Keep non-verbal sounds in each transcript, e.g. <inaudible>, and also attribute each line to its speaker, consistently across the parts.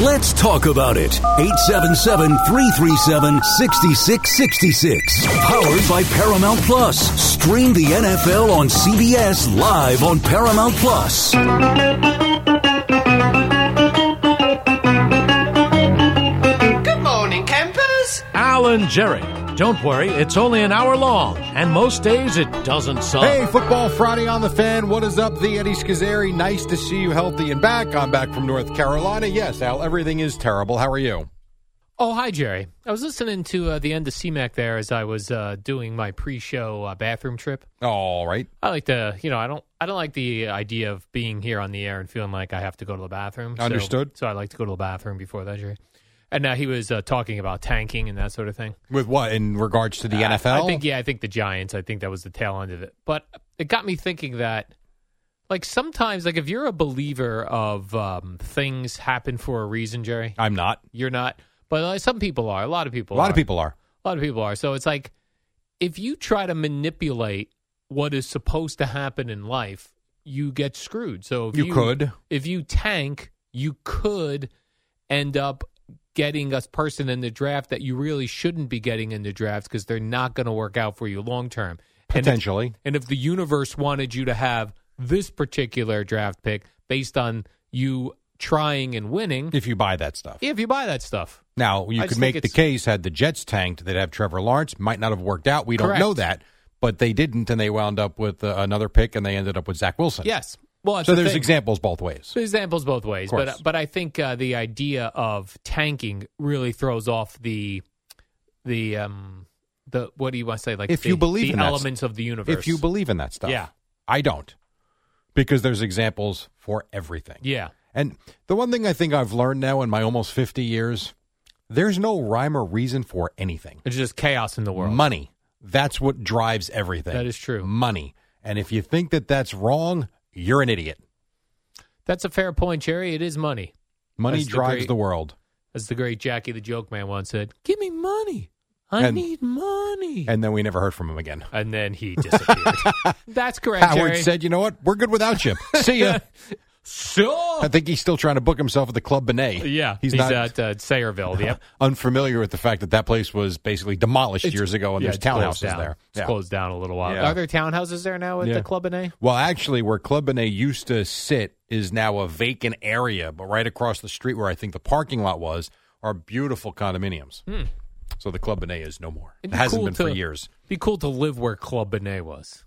Speaker 1: Let's talk about it. 877-337-6666. Powered by Paramount Plus. Stream the NFL on CBS live on Paramount Plus.
Speaker 2: Good morning, campers.
Speaker 3: Alan Jerry. Don't worry, it's only an hour long, and most days it doesn't suck.
Speaker 4: Uh-huh.
Speaker 5: Hey, Football Friday on the fan. What is up, the Eddie Schizzeri? Nice to see you healthy and back. I'm back from North Carolina. Yes, Al, everything is terrible. How are you?
Speaker 4: Oh, hi, Jerry. I was listening to uh, the end of CMAC there as I was uh, doing my pre-show uh, bathroom trip.
Speaker 5: All right.
Speaker 4: I like to, you know, I don't, I don't like the idea of being here on the air and feeling like I have to go to the bathroom. So-
Speaker 5: Understood.
Speaker 4: So, I like to go to the bathroom before that, Jerry. And now he was uh, talking about tanking and that sort of thing.
Speaker 5: With what in regards to the
Speaker 4: Uh,
Speaker 5: NFL?
Speaker 4: I think yeah, I think the Giants. I think that was the tail end of it. But it got me thinking that like sometimes like if you're a believer of um, things happen for a reason, Jerry,
Speaker 5: I'm not.
Speaker 4: you're not. But uh, some people are. A lot of people.
Speaker 5: A lot of
Speaker 4: are.
Speaker 5: people are.
Speaker 4: A lot of people are. So it's like if you try to manipulate what is supposed to happen in life, you get screwed. So if
Speaker 5: You
Speaker 4: you,
Speaker 5: could.
Speaker 4: if you tank, you could end up getting a person in the draft that you really shouldn't be getting in the draft because they're not going to work out for you long term. And if,
Speaker 5: Potentially.
Speaker 4: and if the universe wanted you to have this particular draft pick based on you trying and winning,
Speaker 5: If you buy that stuff.
Speaker 4: if you buy that stuff,
Speaker 5: Now, you
Speaker 4: I
Speaker 5: could
Speaker 4: just
Speaker 5: make
Speaker 4: think
Speaker 5: the
Speaker 4: it's-
Speaker 5: case had the Jets tanked, they'd have Trevor Lawrence. Might not have worked out. We don't
Speaker 4: Correct.
Speaker 5: know that. But they didn't, and they wound up with uh, another pick, and they ended up with Zach Wilson.
Speaker 4: yes. Well, that's
Speaker 5: So
Speaker 4: the
Speaker 5: there's
Speaker 4: thing.
Speaker 5: examples both ways.
Speaker 4: So examples both ways,
Speaker 5: Of
Speaker 4: but
Speaker 5: course.
Speaker 4: but I think uh, the idea of tanking really throws off the the um the what do you want to say like
Speaker 5: If
Speaker 4: the,
Speaker 5: you believe
Speaker 4: the
Speaker 5: in that
Speaker 4: elements of the universe.
Speaker 5: If you believe in that stuff.
Speaker 4: Yeah.
Speaker 5: I don't. Because there's examples for everything.
Speaker 4: yeah,
Speaker 5: And the one thing I think I've learned now in my almost 50 years, there's no rhyme or reason for anything.
Speaker 4: it's just chaos in the world.
Speaker 5: Money. That's what drives everything.
Speaker 4: That is true.
Speaker 5: Money. And if you think that that's wrong, you're an idiot.
Speaker 4: That's a fair point, Jerry. It is money,
Speaker 5: Money
Speaker 4: That's the
Speaker 5: drives
Speaker 4: great-
Speaker 5: the world.
Speaker 4: as the great Jackie the Joke Man once said. Give me money. I
Speaker 5: And-
Speaker 4: need money.
Speaker 5: And then we never heard from him again.
Speaker 4: And then he disappeared.
Speaker 5: <laughs>
Speaker 4: That's correct,
Speaker 5: Howard
Speaker 4: Jerry.
Speaker 5: said, you know what? We're good without you. See
Speaker 4: <laughs>
Speaker 5: ya. I
Speaker 4: so.
Speaker 5: think he's still trying to book himself at the Club Benet.
Speaker 4: Yeah,
Speaker 5: He's, not Oh,
Speaker 4: at
Speaker 5: <laughs>
Speaker 4: uh, Sayreville. Yep.
Speaker 5: unfamiliar with the fact that that place was basically demolished
Speaker 4: It's-
Speaker 5: years ago and
Speaker 4: yeah,
Speaker 5: there's
Speaker 4: it's closed
Speaker 5: townhouses
Speaker 4: down.
Speaker 5: there.
Speaker 4: It's
Speaker 5: Yeah.
Speaker 4: closed down a little while.
Speaker 5: Yeah.
Speaker 4: Are there townhouses there now at
Speaker 5: Yeah.
Speaker 4: the Club and A?
Speaker 5: Well, actually, where Club Benet used to sit is now a vacant area, but right across the street where I think the parking lot was are beautiful condominiums. So the Club Benet is no more.
Speaker 4: Hmm. It'd
Speaker 5: It
Speaker 4: be
Speaker 5: hasn't
Speaker 4: cool
Speaker 5: been for
Speaker 4: to-
Speaker 5: years.
Speaker 4: Be cool to live where Club Benet was.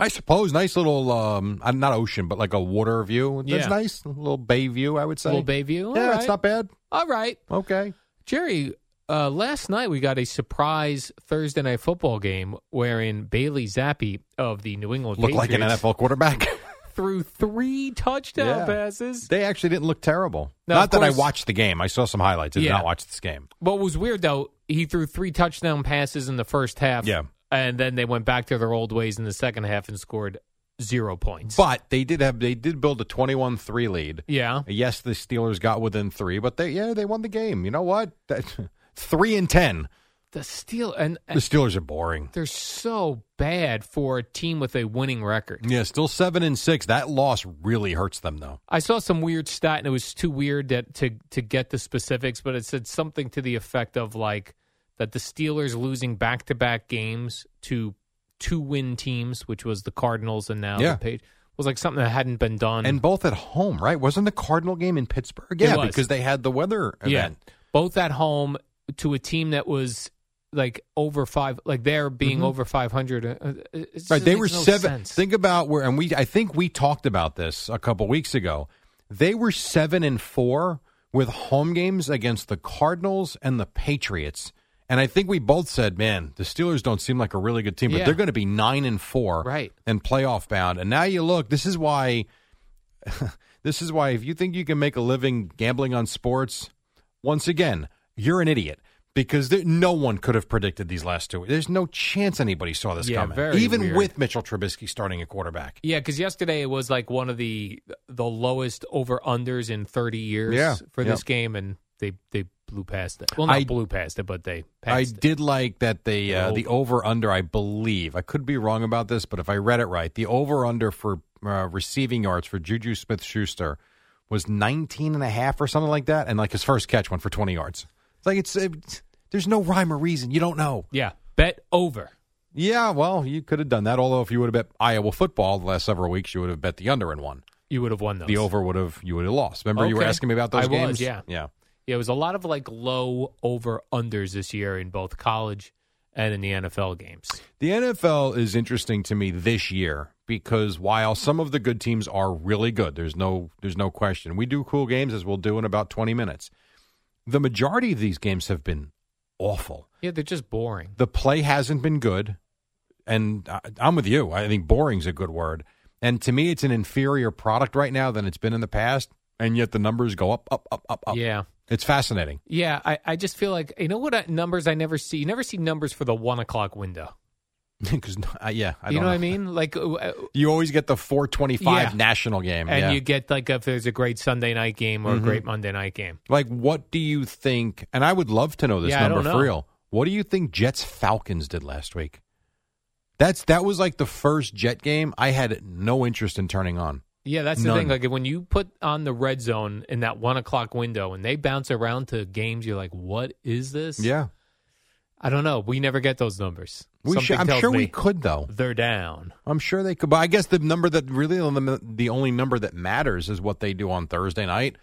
Speaker 5: I suppose nice little, um, uh, not ocean, but like a water view. That's
Speaker 4: Yeah.
Speaker 5: nice. A little bay view, I would say.
Speaker 4: Little Bayview.
Speaker 5: Yeah,
Speaker 4: All
Speaker 5: it's
Speaker 4: right.
Speaker 5: not bad.
Speaker 4: All right,
Speaker 5: Okay.
Speaker 4: Jerry. Uh, last night we got a surprise Thursday night football game wherein Bailey Zappi of the New England
Speaker 5: Look like an
Speaker 4: Patriots
Speaker 5: NFL quarterback. <laughs>
Speaker 4: threw three touchdown
Speaker 5: Yeah.
Speaker 4: passes.
Speaker 5: they actually didn't look terrible.
Speaker 4: Now,
Speaker 5: not
Speaker 4: of
Speaker 5: that I
Speaker 4: course-
Speaker 5: watched the game. I saw some highlights. I did
Speaker 4: Yeah.
Speaker 5: not watch this game.
Speaker 4: What was weird though, he threw three touchdown passes in the first half.
Speaker 5: Yeah.
Speaker 4: and then they went back to their old ways in the second half and scored zero points.
Speaker 5: But they did have they did build a 21-3 lead.
Speaker 4: yeah,
Speaker 5: Yes, the Steelers got within three, but they yeah they won the game. You know what? That, <laughs> three and ten.
Speaker 4: the steal and
Speaker 5: The Steelers are boring.
Speaker 4: they're so bad for a team with a winning record.
Speaker 5: Yeah, still seven and six. That loss really hurts them though.
Speaker 4: I saw some weird stat, and it was too weird that, to to get the specifics, but it said something to the effect of like that the Steelers losing back to back games to two win teams, which was the Cardinals and now
Speaker 5: Yeah.
Speaker 4: the Page, was like something that hadn't been done.
Speaker 5: And both at home, right? Wasn't the Cardinal game in Pittsburgh?
Speaker 4: It
Speaker 5: Yeah,
Speaker 4: was.
Speaker 5: because they had the weather
Speaker 4: yeah,
Speaker 5: event.
Speaker 4: both at home to a team that was like over five, like they're being over five hundred.
Speaker 5: Mm-hmm.
Speaker 4: Uh,
Speaker 5: Right, they were seven. Think about where, and we I think we talked about this a couple weeks ago. They were seven and four with home games against the Cardinals and the Patriots. And I think we both said, man, the Steelers don't seem like a really good team, but
Speaker 4: Yeah.
Speaker 5: they're going to be nine and four,
Speaker 4: Right.
Speaker 5: and playoff bound. And now you look, this is why. <laughs> This is why if you think you can make a living gambling on sports, once again, you're an idiot because there, no one could have predicted these last two. There's no chance anybody saw this
Speaker 4: Yeah,
Speaker 5: coming,
Speaker 4: very
Speaker 5: even
Speaker 4: weird.
Speaker 5: with Mitchell Trubisky starting at quarterback.
Speaker 4: Yeah, because yesterday it was like one of the the lowest over unders in 30 years
Speaker 5: Yeah,
Speaker 4: for
Speaker 5: yeah.
Speaker 4: this game, and they they blew past it. Well, not
Speaker 5: I-
Speaker 4: blew past it, but they
Speaker 5: I
Speaker 4: passed it.
Speaker 5: did like that they uh,
Speaker 4: Oh.
Speaker 5: the over under. I believe I could be wrong about this, but if I read it right, the over under for uh, receiving yards for Juju Smith Schuster was 19 and a half or something like that, and like his first catch went for 20 yards. It's like it's, it's there's no rhyme or reason. You don't know.
Speaker 4: Yeah, bet over.
Speaker 5: Yeah, well, you could have done that. Although if you would have bet Iowa football the last several weeks, you would have bet the under and won.
Speaker 4: You would have won those.
Speaker 5: The over would have you would have lost. Remember you were
Speaker 4: Okay.
Speaker 5: asking me about those
Speaker 4: I was,
Speaker 5: games?
Speaker 4: yeah.
Speaker 5: yeah.
Speaker 4: Yeah, it was a lot of like low over unders this year in both college and in the NFL games.
Speaker 5: The NFL is interesting to me this year because while some of the good teams are really good, there's no there's no question. We do cool games as we'll do in about 20 minutes. The majority of these games have been awful.
Speaker 4: Yeah, they're just boring.
Speaker 5: The play hasn't been good, and I, I'm with you. I think boring's a good word. And to me, it's an inferior product right now than it's been in the past, and yet the numbers go up, up, up, up, up.
Speaker 4: Yeah.
Speaker 5: It's fascinating. <laughs>
Speaker 4: Yeah, I, I just feel like, you know what uh, numbers I never see? You never see numbers for the one o'clock window.
Speaker 5: Because uh, yeah, I
Speaker 4: you
Speaker 5: don't
Speaker 4: know, what I mean? Like, uh, uh,
Speaker 5: You always get the 425
Speaker 4: Yeah.
Speaker 5: national game,
Speaker 4: and
Speaker 5: yeah. Mm-hmm.
Speaker 4: you get like if there's a great Sunday night game or a great Monday night game.
Speaker 5: Like, what do you think? And I would love to know this
Speaker 4: Yeah, I
Speaker 5: number
Speaker 4: don't
Speaker 5: for
Speaker 4: know.
Speaker 5: real. What do you think Jets Falcons did last week? That's that was like the first Jet game I had no interest in turning on.
Speaker 4: Yeah, that's the
Speaker 5: None.
Speaker 4: thing. Like when you put on the red zone in that one o'clock window and they bounce around to games, you're like, what is this? I don't know. We never get those numbers.
Speaker 5: we should,
Speaker 4: Something
Speaker 5: I'm
Speaker 4: tells
Speaker 5: sure
Speaker 4: me
Speaker 5: we could though.
Speaker 4: They're down.
Speaker 5: I'm sure they could. But I guess the number that really the only number that matters is what they do on Thursday night,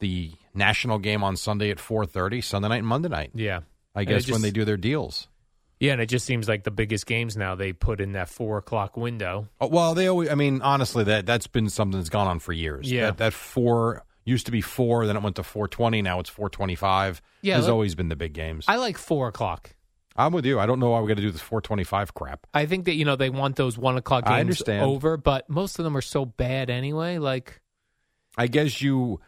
Speaker 5: the national game on Sunday at 4:30, Sunday night and Monday night.
Speaker 4: Yeah.
Speaker 5: I
Speaker 4: And it
Speaker 5: guess when
Speaker 4: just-
Speaker 5: they do their deals.
Speaker 4: Yeah, and it just seems like the biggest games now they put in that four o'clock window.
Speaker 5: Uh, Well, they always. I mean, honestly, that that's been something that's gone on for years.
Speaker 4: Yeah.
Speaker 5: that, that four used to be four, then it went to four twenty. Now it's four twenty five.
Speaker 4: Yeah,
Speaker 5: has
Speaker 4: let-
Speaker 5: always been the big games.
Speaker 4: I like four o'clock.
Speaker 5: I, am with you. I don't know why we got to do this four twenty five crap.
Speaker 4: I think that you know they want those one o'clock
Speaker 5: I
Speaker 4: games
Speaker 5: understand.
Speaker 4: over, but most of them are so bad anyway. Like,
Speaker 5: I guess you,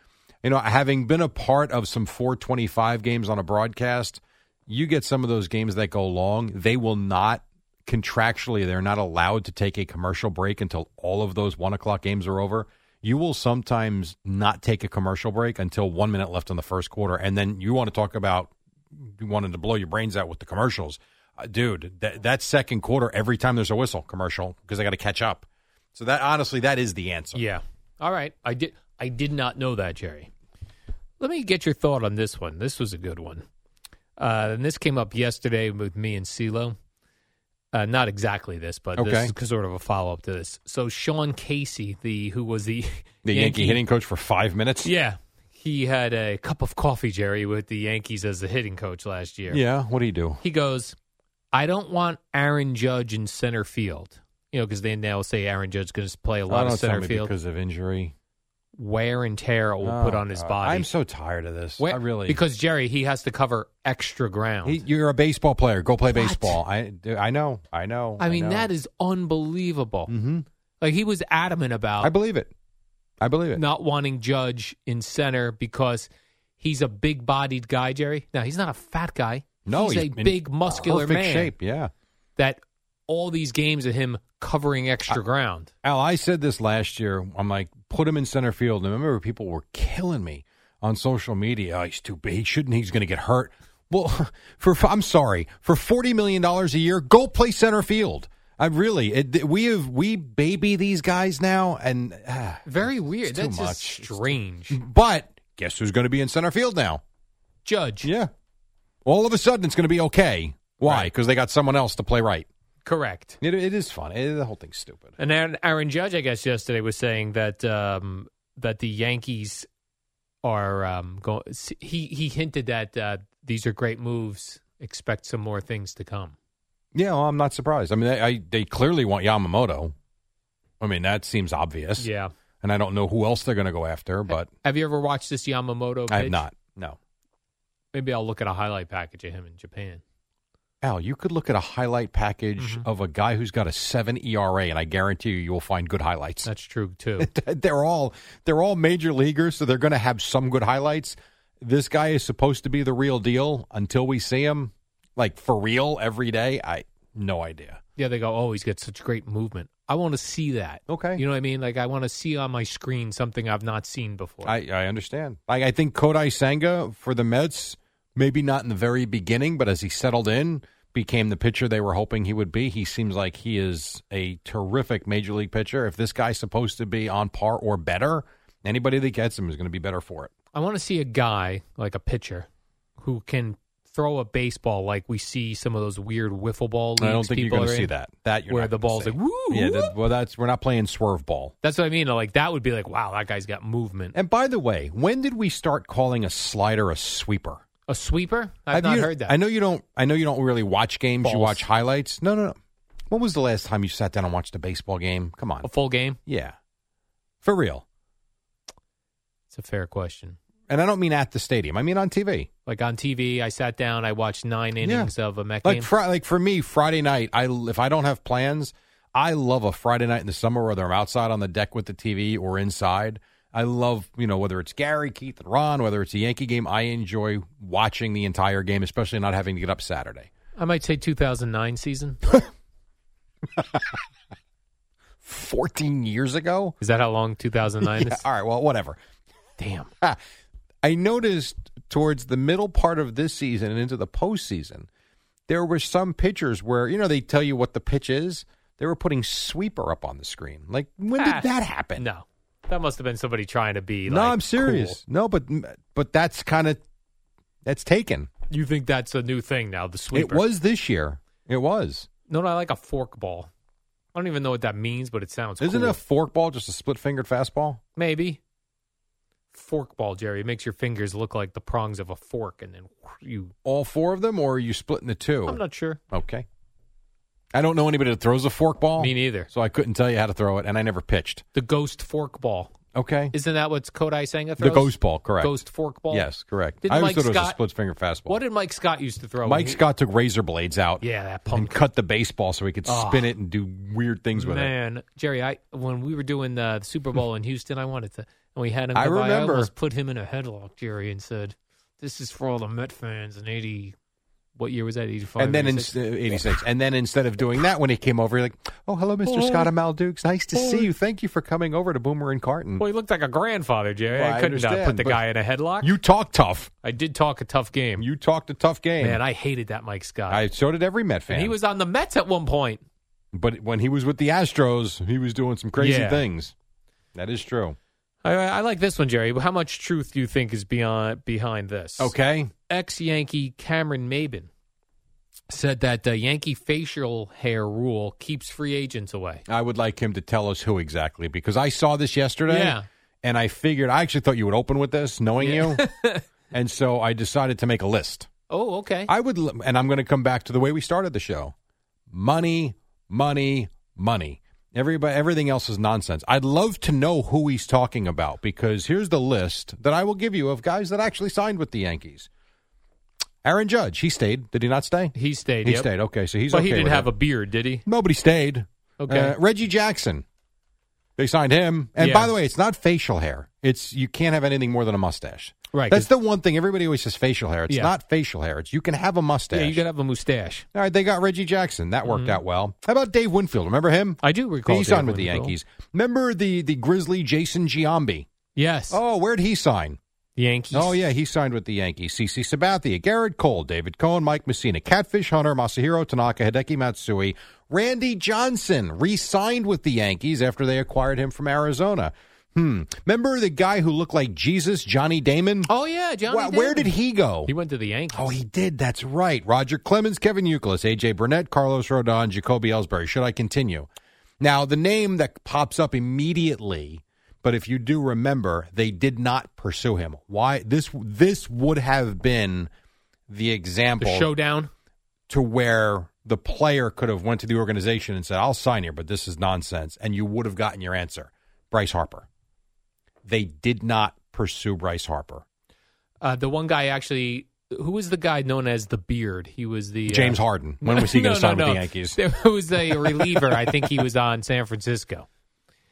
Speaker 5: you know, having been a part of some four twenty five games on a broadcast, you get some of those games that go long. They will not contractually. They're not allowed to take a commercial break until all of those one o'clock games are over. You will sometimes not take a commercial break until one minute left in the first quarter, and then you want to talk about you wanted to blow your brains out with the commercials, uh, dude. That that second quarter, every time there's a whistle commercial because I got to catch up. So that honestly, that is the answer.
Speaker 4: yeah, all right. I did. I did not know that, Jerry. Let me get your thought on this one. This was a good one, uh, and this came up yesterday with me and CeeLo. Uh, not exactly this, but
Speaker 5: Okay.
Speaker 4: this is sort of a follow up to this. So Sean Casey, the who was the
Speaker 5: <laughs> The Yankee, hitting coach for five minutes.
Speaker 4: yeah, he had a cup of coffee, Jerry, with the Yankees as the hitting coach last year.
Speaker 5: Yeah, what do you do?
Speaker 4: he goes, I don't want Aaron Judge in center field. You know, because they now say Aaron Judge is going to play a
Speaker 5: Oh,
Speaker 4: lot of
Speaker 5: don't tell
Speaker 4: center
Speaker 5: me
Speaker 4: field.
Speaker 5: because of injury.
Speaker 4: Wear and tear it will
Speaker 5: Oh,
Speaker 4: put on his
Speaker 5: God.
Speaker 4: body.
Speaker 5: I'm so tired of this.
Speaker 4: Wear-
Speaker 5: I really
Speaker 4: because Jerry he has to cover extra ground.
Speaker 5: He- you're a baseball player. Go play baseball. I I know. I know.
Speaker 4: I mean,
Speaker 5: know.
Speaker 4: that is unbelievable.
Speaker 5: Mhm.
Speaker 4: Like he was adamant
Speaker 5: I
Speaker 4: about
Speaker 5: believe it. I believe it.
Speaker 4: not wanting Judge in center because he's a big-bodied guy, Jerry. Now he's not a fat guy.
Speaker 5: no,
Speaker 4: he's,
Speaker 5: he's
Speaker 4: a
Speaker 5: in
Speaker 4: big muscular
Speaker 5: perfect
Speaker 4: man.
Speaker 5: shape. Yeah.
Speaker 4: That all these games of him covering extra ground.
Speaker 5: Al, I said this last year. I'm like, put him in center field. And I remember people were killing me on social media. Oh, he's too big. He shouldn't. He's going to get hurt. Well, <laughs> for I'm sorry, for forty million dollars a year, go play center field. I really, it, we have we baby these guys now, and ah.
Speaker 4: Very weird.
Speaker 5: too
Speaker 4: That's just
Speaker 5: much. It's too-
Speaker 4: strange.
Speaker 5: but guess who's going to be in center field now?
Speaker 4: Judge.
Speaker 5: Yeah, all of a sudden it's going to be okay. Why?
Speaker 4: Right.
Speaker 5: Because they got someone else to play right.
Speaker 4: Correct.
Speaker 5: It, it is fun. It- the whole thing's stupid.
Speaker 4: And Aaron, Aaron Judge, I guess, yesterday was saying that um, that the Yankees are um, going. He he hinted that uh, these are great moves. Expect some more things to come.
Speaker 5: Yeah, well, I'm not surprised. I mean, they, I, they clearly want Yamamoto. I mean, that seems obvious.
Speaker 4: Yeah.
Speaker 5: And I don't know who else they're going to go after, but
Speaker 4: Have you ever watched this Yamamoto?
Speaker 5: I have
Speaker 4: pitch?
Speaker 5: not. No.
Speaker 4: Maybe I'll look at a highlight package of him in Japan.
Speaker 5: Al, you could look at a highlight package
Speaker 4: Mm-hmm.
Speaker 5: of a guy who's got a seven ERA, and I guarantee you, you'll find good highlights.
Speaker 4: That's true too.
Speaker 5: <laughs> they're all they're all major leaguers, so they're going to have some good highlights. This guy is supposed to be the real deal until we see him like for real every day. I no idea.
Speaker 4: <laughs> yeah, they go, oh, he's got such great movement. I want to see that.
Speaker 5: Okay.
Speaker 4: You know what I mean? Like I want to see on my screen something I've not seen before.
Speaker 5: I, I understand. Like I think Kodai Senga for the Mets, maybe not in the very beginning, but as he settled in, became the pitcher they were hoping he would be. He seems like he is a terrific major league pitcher. If this guy's supposed to be on par or better, anybody that gets him is going to be better for it.
Speaker 4: I want to see a guy like a pitcher who can throw a baseball like we see some of those weird wiffle ball. Leagues
Speaker 5: I don't think you're
Speaker 4: people
Speaker 5: going
Speaker 4: are
Speaker 5: to see
Speaker 4: in.
Speaker 5: that. That you're
Speaker 4: where
Speaker 5: not
Speaker 4: the
Speaker 5: gonna
Speaker 4: ball's
Speaker 5: see.
Speaker 4: like, woo,
Speaker 5: Yeah,
Speaker 4: whoop.
Speaker 5: that, well, that's we're not playing swerve ball.
Speaker 4: That's what I mean. Like that would be like, wow, that guy's got movement.
Speaker 5: And by the way, when did we start calling a slider a sweeper?
Speaker 4: A sweeper? I've
Speaker 5: Have
Speaker 4: not
Speaker 5: you-
Speaker 4: heard that.
Speaker 5: I know you don't. I know you don't really watch games. You
Speaker 4: Balls.
Speaker 5: watch highlights. No, no, no. When was the last time you sat down and watched a baseball game? Come on.
Speaker 4: A full game?
Speaker 5: Yeah, for real.
Speaker 4: It's a fair question.
Speaker 5: And I don't mean at the stadium. I mean on TV.
Speaker 4: Like on TV, I sat down, I watched nine innings of a Met
Speaker 5: Like
Speaker 4: game.
Speaker 5: fr- like for me, Friday night. I if I don't have plans, I love a Friday night in the summer, whether I'm outside on the deck with the TV or inside. I love you know whether it's Gary, Keith, and Ron, whether it's a Yankee game. I enjoy watching the entire game, especially not having to get up Saturday.
Speaker 4: I might say 2009 season.
Speaker 5: Fourteen years ago.
Speaker 4: Is that how long 2009
Speaker 5: <laughs> Yeah,
Speaker 4: is?
Speaker 5: all right. Well, whatever.
Speaker 4: Damn.
Speaker 5: I noticed towards the middle part of this season and into the postseason, there were some pitchers where, you know, they tell you what the pitch is. They were putting sweeper up on the screen. Like, when
Speaker 4: Ah,
Speaker 5: did that happen?
Speaker 4: No. That must have been somebody trying to be.
Speaker 5: No,
Speaker 4: like,
Speaker 5: I'm serious. No, but but that's kind of that's taken.
Speaker 4: cool. You think that's a new thing now, the sweeper?
Speaker 5: It was this year. It was.
Speaker 4: No, no, I like a fork ball. I don't even know what that means, but it sounds
Speaker 5: Isn't
Speaker 4: cool.
Speaker 5: a forkball just a split fingered fastball?
Speaker 4: Maybe. Fork ball, Jerry. It makes your fingers look like the prongs of a fork, and then you.
Speaker 5: All four of them, or are you splitting the 2
Speaker 4: I'm not sure.
Speaker 5: okay. I don't know anybody that throws a forkball.
Speaker 4: Me neither.
Speaker 5: So I couldn't tell you how to throw it, and I never pitched.
Speaker 4: The ghost fork ball.
Speaker 5: Okay.
Speaker 4: Isn't that what's Kodai Senga throws?
Speaker 5: The ghost ball, correct.
Speaker 4: Ghost fork ball?
Speaker 5: Yes, correct.
Speaker 4: Didn't
Speaker 5: I always
Speaker 4: Mike
Speaker 5: thought it was a
Speaker 4: Scott-
Speaker 5: split finger fastball.
Speaker 4: What did Mike Scott used to throw?
Speaker 5: Mike
Speaker 4: He-
Speaker 5: Scott took razor blades out
Speaker 4: Yeah, that
Speaker 5: and
Speaker 4: punk
Speaker 5: cut the baseball so he could
Speaker 4: Ah.
Speaker 5: spin it and do weird things with it.
Speaker 4: man, Jerry. I when we were doing the Super Bowl in Houston, I wanted to, and we had him.
Speaker 5: I
Speaker 4: come by,
Speaker 5: remember.
Speaker 4: I almost put him in a headlock, Jerry, and said, "This is for all the Met fans." In eighty, what year was that? Eighty-five.
Speaker 5: And then in
Speaker 4: 86?
Speaker 5: 86. And then instead of doing that, when he came over, you're like, oh, hello, Mr. Scott Amal Dukes. Nice to see you. Thank you for coming over to Boomer and Carton.
Speaker 4: Oh. well, he looked like a grandfather, Jerry.
Speaker 5: Well, I
Speaker 4: I couldn't uh,
Speaker 5: understand,
Speaker 4: put the
Speaker 5: but
Speaker 4: guy in a headlock.
Speaker 5: You talk tough.
Speaker 4: I did talk a tough game,
Speaker 5: You talked a tough game.
Speaker 4: man. I hated that Mike Scott.
Speaker 5: I so did every Met fan.
Speaker 4: and he was on the Mets at one point.
Speaker 5: but when he was with the Astros, he was doing some crazy
Speaker 4: Yeah.
Speaker 5: things. That is true.
Speaker 4: I, I like this one, Jerry. How much truth do you think is beyond behind this?
Speaker 5: Okay.
Speaker 4: ex Yankee Cameron Maben said that the Yankee facial hair rule keeps free agents away.
Speaker 5: I would like him to tell us who exactly because I saw this yesterday.
Speaker 4: Yeah.
Speaker 5: And I figured I actually thought you would open with this, knowing
Speaker 4: <laughs>
Speaker 5: you. and so I decided to make a list.
Speaker 4: Oh, okay.
Speaker 5: I would, l- and I'm going to come back to the way we started the show: money, money, money. Everybody, everything else is nonsense. I'd love to know who he's talking about because here's the list that I will give you of guys that actually signed with the Yankees. Aaron Judge, he stayed. Did he not stay?
Speaker 4: he stayed.
Speaker 5: He
Speaker 4: yep.
Speaker 5: stayed. Okay, so he's.
Speaker 4: but
Speaker 5: okay
Speaker 4: he didn't
Speaker 5: with
Speaker 4: have
Speaker 5: it.
Speaker 4: a beard, did he?
Speaker 5: Nobody stayed.
Speaker 4: Okay.
Speaker 5: Uh, Reggie Jackson. They signed him. And
Speaker 4: Yeah.
Speaker 5: by the way, it's not facial hair. It's you can't have anything more than a mustache.
Speaker 4: Right,
Speaker 5: That's
Speaker 4: 'cause-
Speaker 5: the one thing everybody always says facial hair. It's
Speaker 4: Yeah.
Speaker 5: not facial hair. It's you can have a mustache.
Speaker 4: Yeah, you could have a mustache.
Speaker 5: All right, they got Reggie Jackson. That worked out well. How about Dave Winfield? Remember him?
Speaker 4: Mm-hmm. I do recall.
Speaker 5: he signed with the Yankees. Remember the the Grizzly Jason Giambi?
Speaker 4: Yes.
Speaker 5: Oh, where'd he sign?
Speaker 4: The Yankees.
Speaker 5: Oh yeah, he signed with the Yankees. CC Sabathia, Garrett Cole, David Cohen, Mike Messina, Catfish Hunter, Masahiro Tanaka, Hideki Matsui, Randy Johnson re-signed with the Yankees after they acquired him from Arizona. Hmm. Remember the guy who looked like Jesus, Johnny Damon?
Speaker 4: Oh yeah, Johnny.
Speaker 5: Wh- where
Speaker 4: Damon.
Speaker 5: did he go?
Speaker 4: He went to the Yankees.
Speaker 5: Oh, he did. That's right. Roger Clemens, Kevin Euclid, AJ Burnett, Carlos Rodon, Jacoby Ellsbury. Should I continue? Now, the name that pops up immediately, but if you do remember, they did not pursue him. Why? This this would have been the
Speaker 4: the
Speaker 5: example
Speaker 4: showdown.
Speaker 5: to where the player could have went to the organization and said, "I'll sign here, but this is nonsense," and you would have gotten your answer. Bryce Harper. They did not pursue Bryce Harper.
Speaker 4: Uh, the one guy actually who was the guy known as the Beard? He was the uh,
Speaker 5: James Harden. When
Speaker 4: <laughs>
Speaker 5: was he going to sign with the Yankees?
Speaker 4: There was a reliever. I think he was on San Francisco.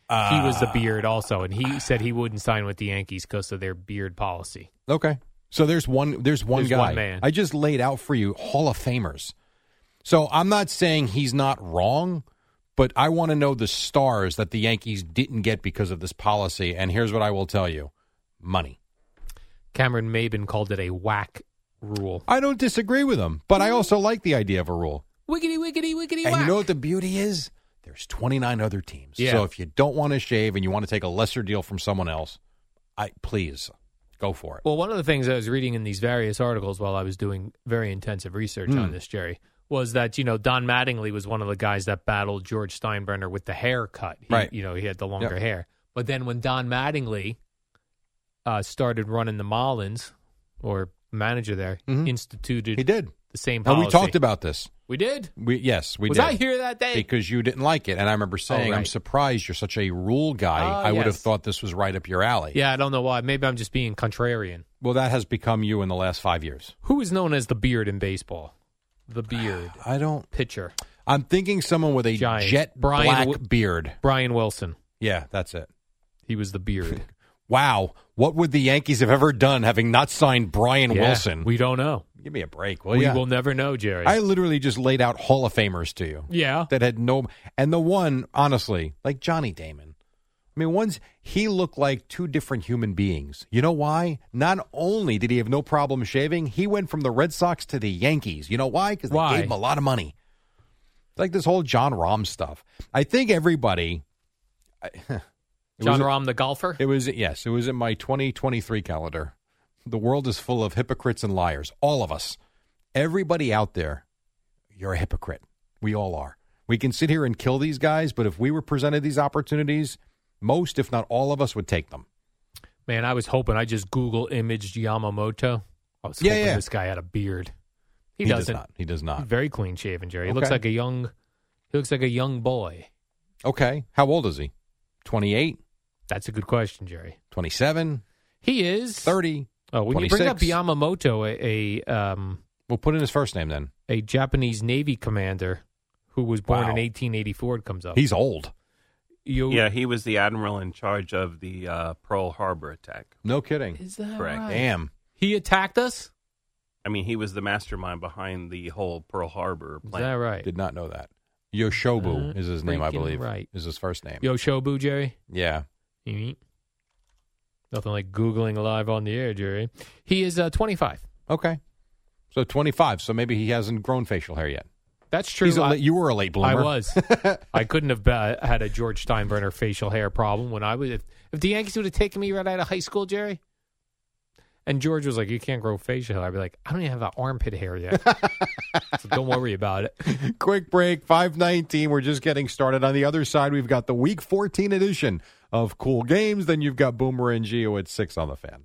Speaker 4: he was
Speaker 5: Ah.
Speaker 4: the beard also, and he said he wouldn't sign with the Yankees because of their beard policy.
Speaker 5: Okay. So there's one there's one
Speaker 4: There's
Speaker 5: guy.
Speaker 4: one man.
Speaker 5: I just laid out for you Hall of Famers. So I'm not saying he's not wrong, but I want to know the stars that the Yankees didn't get because of this policy and here's what I will tell you. Money.
Speaker 4: Cameron Maben called it a whack rule.
Speaker 5: I don't disagree with him, but I also like the idea of a rule.
Speaker 4: Wiggity wiggity wiggity
Speaker 5: And
Speaker 4: whack.
Speaker 5: you know what the beauty is? There's 29 other teams.
Speaker 4: Yeah.
Speaker 5: So if you don't want to shave and you want to take a lesser deal from someone else, I please go for it.
Speaker 4: Well, one of the things I was reading in these various articles while I was doing very intensive research
Speaker 5: Hmm.
Speaker 4: on this, Jerry, was that you know Don Mattingly was one of the guys that battled George Steinbrenner with the haircut. He,
Speaker 5: Right.
Speaker 4: You know, he had the longer hair. But then when Don Mattingly uh, started running the Marlins, or manager there, instituted
Speaker 5: Mm-hmm. he did.
Speaker 4: the same
Speaker 5: And
Speaker 4: policy.
Speaker 5: we talked about this.
Speaker 4: We did.
Speaker 5: We yes, we
Speaker 4: was
Speaker 5: did.
Speaker 4: I here that day?
Speaker 5: because you didn't like it. And I remember saying, I'm
Speaker 4: Oh, right.
Speaker 5: surprised you're such a rule guy.
Speaker 4: Ah,
Speaker 5: I would have
Speaker 4: yes.
Speaker 5: thought this was right up your alley.
Speaker 4: yeah, I don't know why. Maybe I'm just being contrarian.
Speaker 5: Well, that has become you in the last five years.
Speaker 4: Who is known as the beard in baseball?
Speaker 5: <sighs>
Speaker 4: The beard
Speaker 5: I don't.
Speaker 4: pitcher,
Speaker 5: I'm thinking someone with a
Speaker 4: Giant.
Speaker 5: jet
Speaker 4: Brian
Speaker 5: black
Speaker 4: Wi-
Speaker 5: beard.
Speaker 4: Brian Wilson.
Speaker 5: Yeah, that's it.
Speaker 4: He was
Speaker 5: <laughs>
Speaker 4: the beard.
Speaker 5: Wow. What would the Yankees have ever done having not signed Brian
Speaker 4: Yeah,
Speaker 5: Wilson?
Speaker 4: We don't know.
Speaker 5: Give me a break, will
Speaker 4: we
Speaker 5: ya?
Speaker 4: will never know, Jerry.
Speaker 5: I literally just laid out Hall of Famers to you
Speaker 4: yeah.
Speaker 5: that had no. And the one, honestly, like Johnny Damon. I mean, one's he looked like two different human beings. You know why? Not only did he have no problem shaving, he went from the Red Sox to the Yankees. You know why? Because they
Speaker 4: Why?
Speaker 5: gave him a lot of money. Like this whole John Rahm stuff. I think everybody. It was-
Speaker 4: John Rahm, the golfer.
Speaker 5: It was yes, it was in my 2023 calendar. The world is full of hypocrites and liars. All of us. Everybody out there, you're a hypocrite. We all are. We can sit here and kill these guys, but if we were presented these opportunities, most if not all of us would take them.
Speaker 4: Man, I was hoping I just Google imaged Yamamoto. I was
Speaker 5: Yeah,
Speaker 4: hoping
Speaker 5: yeah.
Speaker 4: this guy had a beard. He,
Speaker 5: does
Speaker 4: doesn't.
Speaker 5: not. He does not.
Speaker 4: Very clean shaven, Jerry. He looks
Speaker 5: Okay.
Speaker 4: like a young he looks like a young boy.
Speaker 5: Okay. How old is he? 28,
Speaker 4: That's a good question, Jerry.
Speaker 5: 27,
Speaker 4: He is
Speaker 5: 30.
Speaker 4: Oh, when you bring up
Speaker 5: 26.
Speaker 4: Yamamoto, a, a um
Speaker 5: We'll put in his first name then.
Speaker 4: a Japanese Navy commander who was born
Speaker 5: Wow.
Speaker 4: in 1884 it comes up.
Speaker 5: He's old.
Speaker 4: you,
Speaker 6: Yeah, he was the admiral in charge of the uh, Pearl Harbor attack.
Speaker 5: No kidding.
Speaker 4: Is that
Speaker 6: Correct.
Speaker 4: right?
Speaker 5: Damn.
Speaker 4: He attacked us?
Speaker 6: I mean, he was the mastermind behind the whole Pearl Harbor
Speaker 4: Is
Speaker 6: plan.
Speaker 4: that right?
Speaker 5: Did not know that. Yoshobu
Speaker 4: Uh,
Speaker 5: is his name, I
Speaker 4: freaking
Speaker 5: believe.
Speaker 4: right.
Speaker 5: Is his first name.
Speaker 4: Yoshobu, Jerry?
Speaker 5: yeah.
Speaker 4: Mhm. Nothing like Googling live on the air, Jerry. He is uh, 25.
Speaker 5: Okay. So 25. So maybe he hasn't grown facial hair yet.
Speaker 4: That's true.
Speaker 5: He's a
Speaker 4: I,
Speaker 5: late- you were a late bloomer.
Speaker 4: I was. I couldn't have uh, had a George Steinbrenner facial hair problem when I was. If, if the Yankees would have taken me right out of high school, Jerry, and George was like, you can't grow facial hair, I'd be like, I don't even have that armpit
Speaker 5: <laughs>
Speaker 4: hair yet. so don't worry about it.
Speaker 5: <laughs> Quick break, 519. We're just getting started. On the other side, we've got the Week 14 edition of Cool Games. Then you've got Boomer and Geo at 6 on the fan.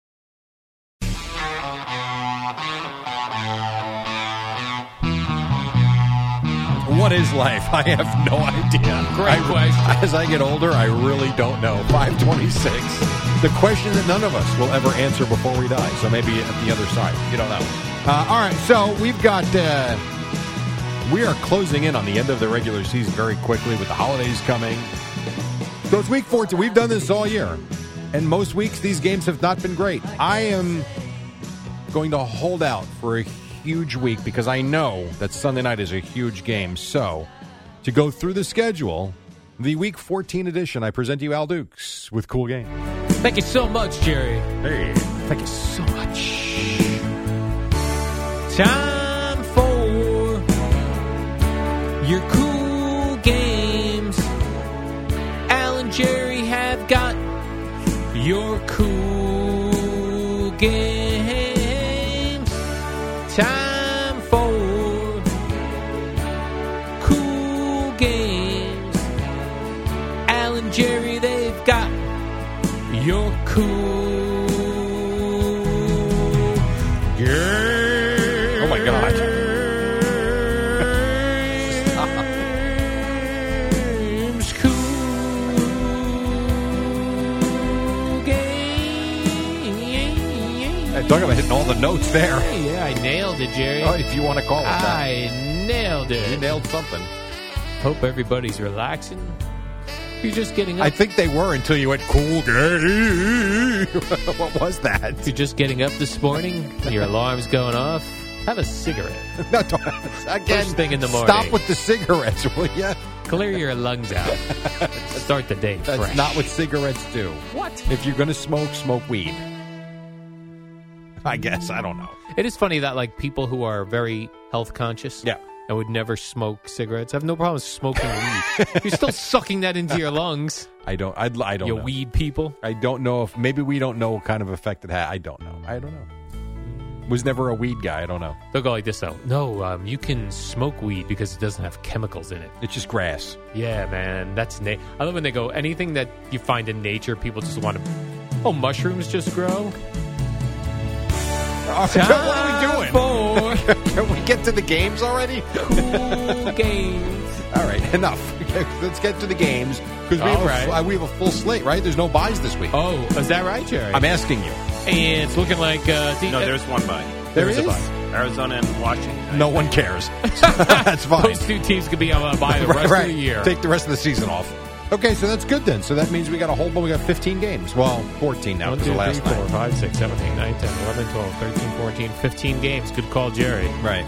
Speaker 5: What is life? <laughs> I have no idea.
Speaker 4: Great
Speaker 5: I-
Speaker 4: question.
Speaker 5: <laughs> As I get older, I really don't know. 526. The question that none of us will ever answer before we die. So maybe at the other side. You don't know. Uh, all right. So we've got. Uh, we are closing in on the end of the regular season very quickly with the holidays coming. So it's week 14. We've done this all year. And most weeks, these games have not been great. I am going to hold out for a huge week because I know that Sunday night is a huge game. So, to go through the schedule, the Week 14 edition, I present to you Al Dukes with Cool Game.
Speaker 4: Thank you so much, Jerry.
Speaker 5: Hey.
Speaker 4: Thank you so much. Time for your cool games. Al and Jerry have got your cool games. Time for cool games. Al and Jerry, they've got your cool
Speaker 5: Oh my God.
Speaker 4: games. Cool games.
Speaker 5: Hey, Talk about hitting all the notes there.
Speaker 4: Yeah, I nailed it,
Speaker 5: <laughs>
Speaker 4: Jerry.
Speaker 5: Oh, if you want to call it that.
Speaker 4: I nailed
Speaker 5: You
Speaker 4: it.
Speaker 5: nailed something.
Speaker 4: Hope everybody's relaxing. You're just getting up.
Speaker 5: I think they were until you went cool game. <laughs> what was that? <laughs>
Speaker 4: You're just getting up this morning. Your alarm's going off. Have a cigarette.
Speaker 5: No, don't- again,
Speaker 4: First thing in the
Speaker 5: Stop
Speaker 4: morning.
Speaker 5: with the cigarettes, <laughs> will you?
Speaker 4: Clear your lungs
Speaker 5: <laughs>
Speaker 4: out. Start the day
Speaker 5: That's
Speaker 4: fresh.
Speaker 5: not what cigarettes do.
Speaker 4: What?
Speaker 5: If you're going to smoke, smoke weed. I guess. I don't know.
Speaker 4: It is funny that like people who are very health conscious,
Speaker 5: Yeah.
Speaker 4: and would never smoke cigarettes. I have no problem smoking weed.
Speaker 5: <laughs>
Speaker 4: You're still sucking that into your lungs,
Speaker 5: I don't. I, I don't
Speaker 4: you
Speaker 5: know.
Speaker 4: weed people.
Speaker 5: I don't know if maybe we don't know what kind of effect it had. I don't know. I don't know. Was never a weed guy. I don't know.
Speaker 4: They'll go like this though. No, um, you can smoke weed because it doesn't have chemicals in it.
Speaker 5: It's just grass.
Speaker 4: Yeah, man, that's na- I love when they go anything that you find in nature, people just want to. Oh, mushrooms just grow.
Speaker 5: what are we doing?
Speaker 4: Time for
Speaker 5: <laughs> Can we get to the games already? <laughs>
Speaker 4: cool games.
Speaker 5: All right, enough. <laughs> Let's get to the games because we, have
Speaker 4: All
Speaker 5: a
Speaker 4: right.
Speaker 5: f- uh, we have a full slate. Right? There's no buys this week.
Speaker 4: Oh, is that right, Jerry?
Speaker 5: I'm asking you.
Speaker 4: and it's looking like uh, the-
Speaker 6: No, there's one by
Speaker 5: There
Speaker 4: There is a
Speaker 5: is?
Speaker 4: buy.
Speaker 6: Arizona and Washington.
Speaker 5: No one
Speaker 4: <laughs>
Speaker 5: cares. <laughs> That's fine.
Speaker 4: Those two teams could be on a buy
Speaker 5: <laughs>
Speaker 4: the
Speaker 5: Right,
Speaker 4: rest
Speaker 5: right.
Speaker 4: of the year.
Speaker 5: Take the rest of the season off. Okay, so that's good then. So that means we got a whole bunch. We got 15 games. Well, 14 now
Speaker 4: One,
Speaker 5: because
Speaker 4: two,
Speaker 5: the last
Speaker 4: three, four,
Speaker 5: night.
Speaker 4: five, six, seven, eight, nine, 10, 11, 12, 13, 14, 15 games. Good call, Jerry.
Speaker 5: Right.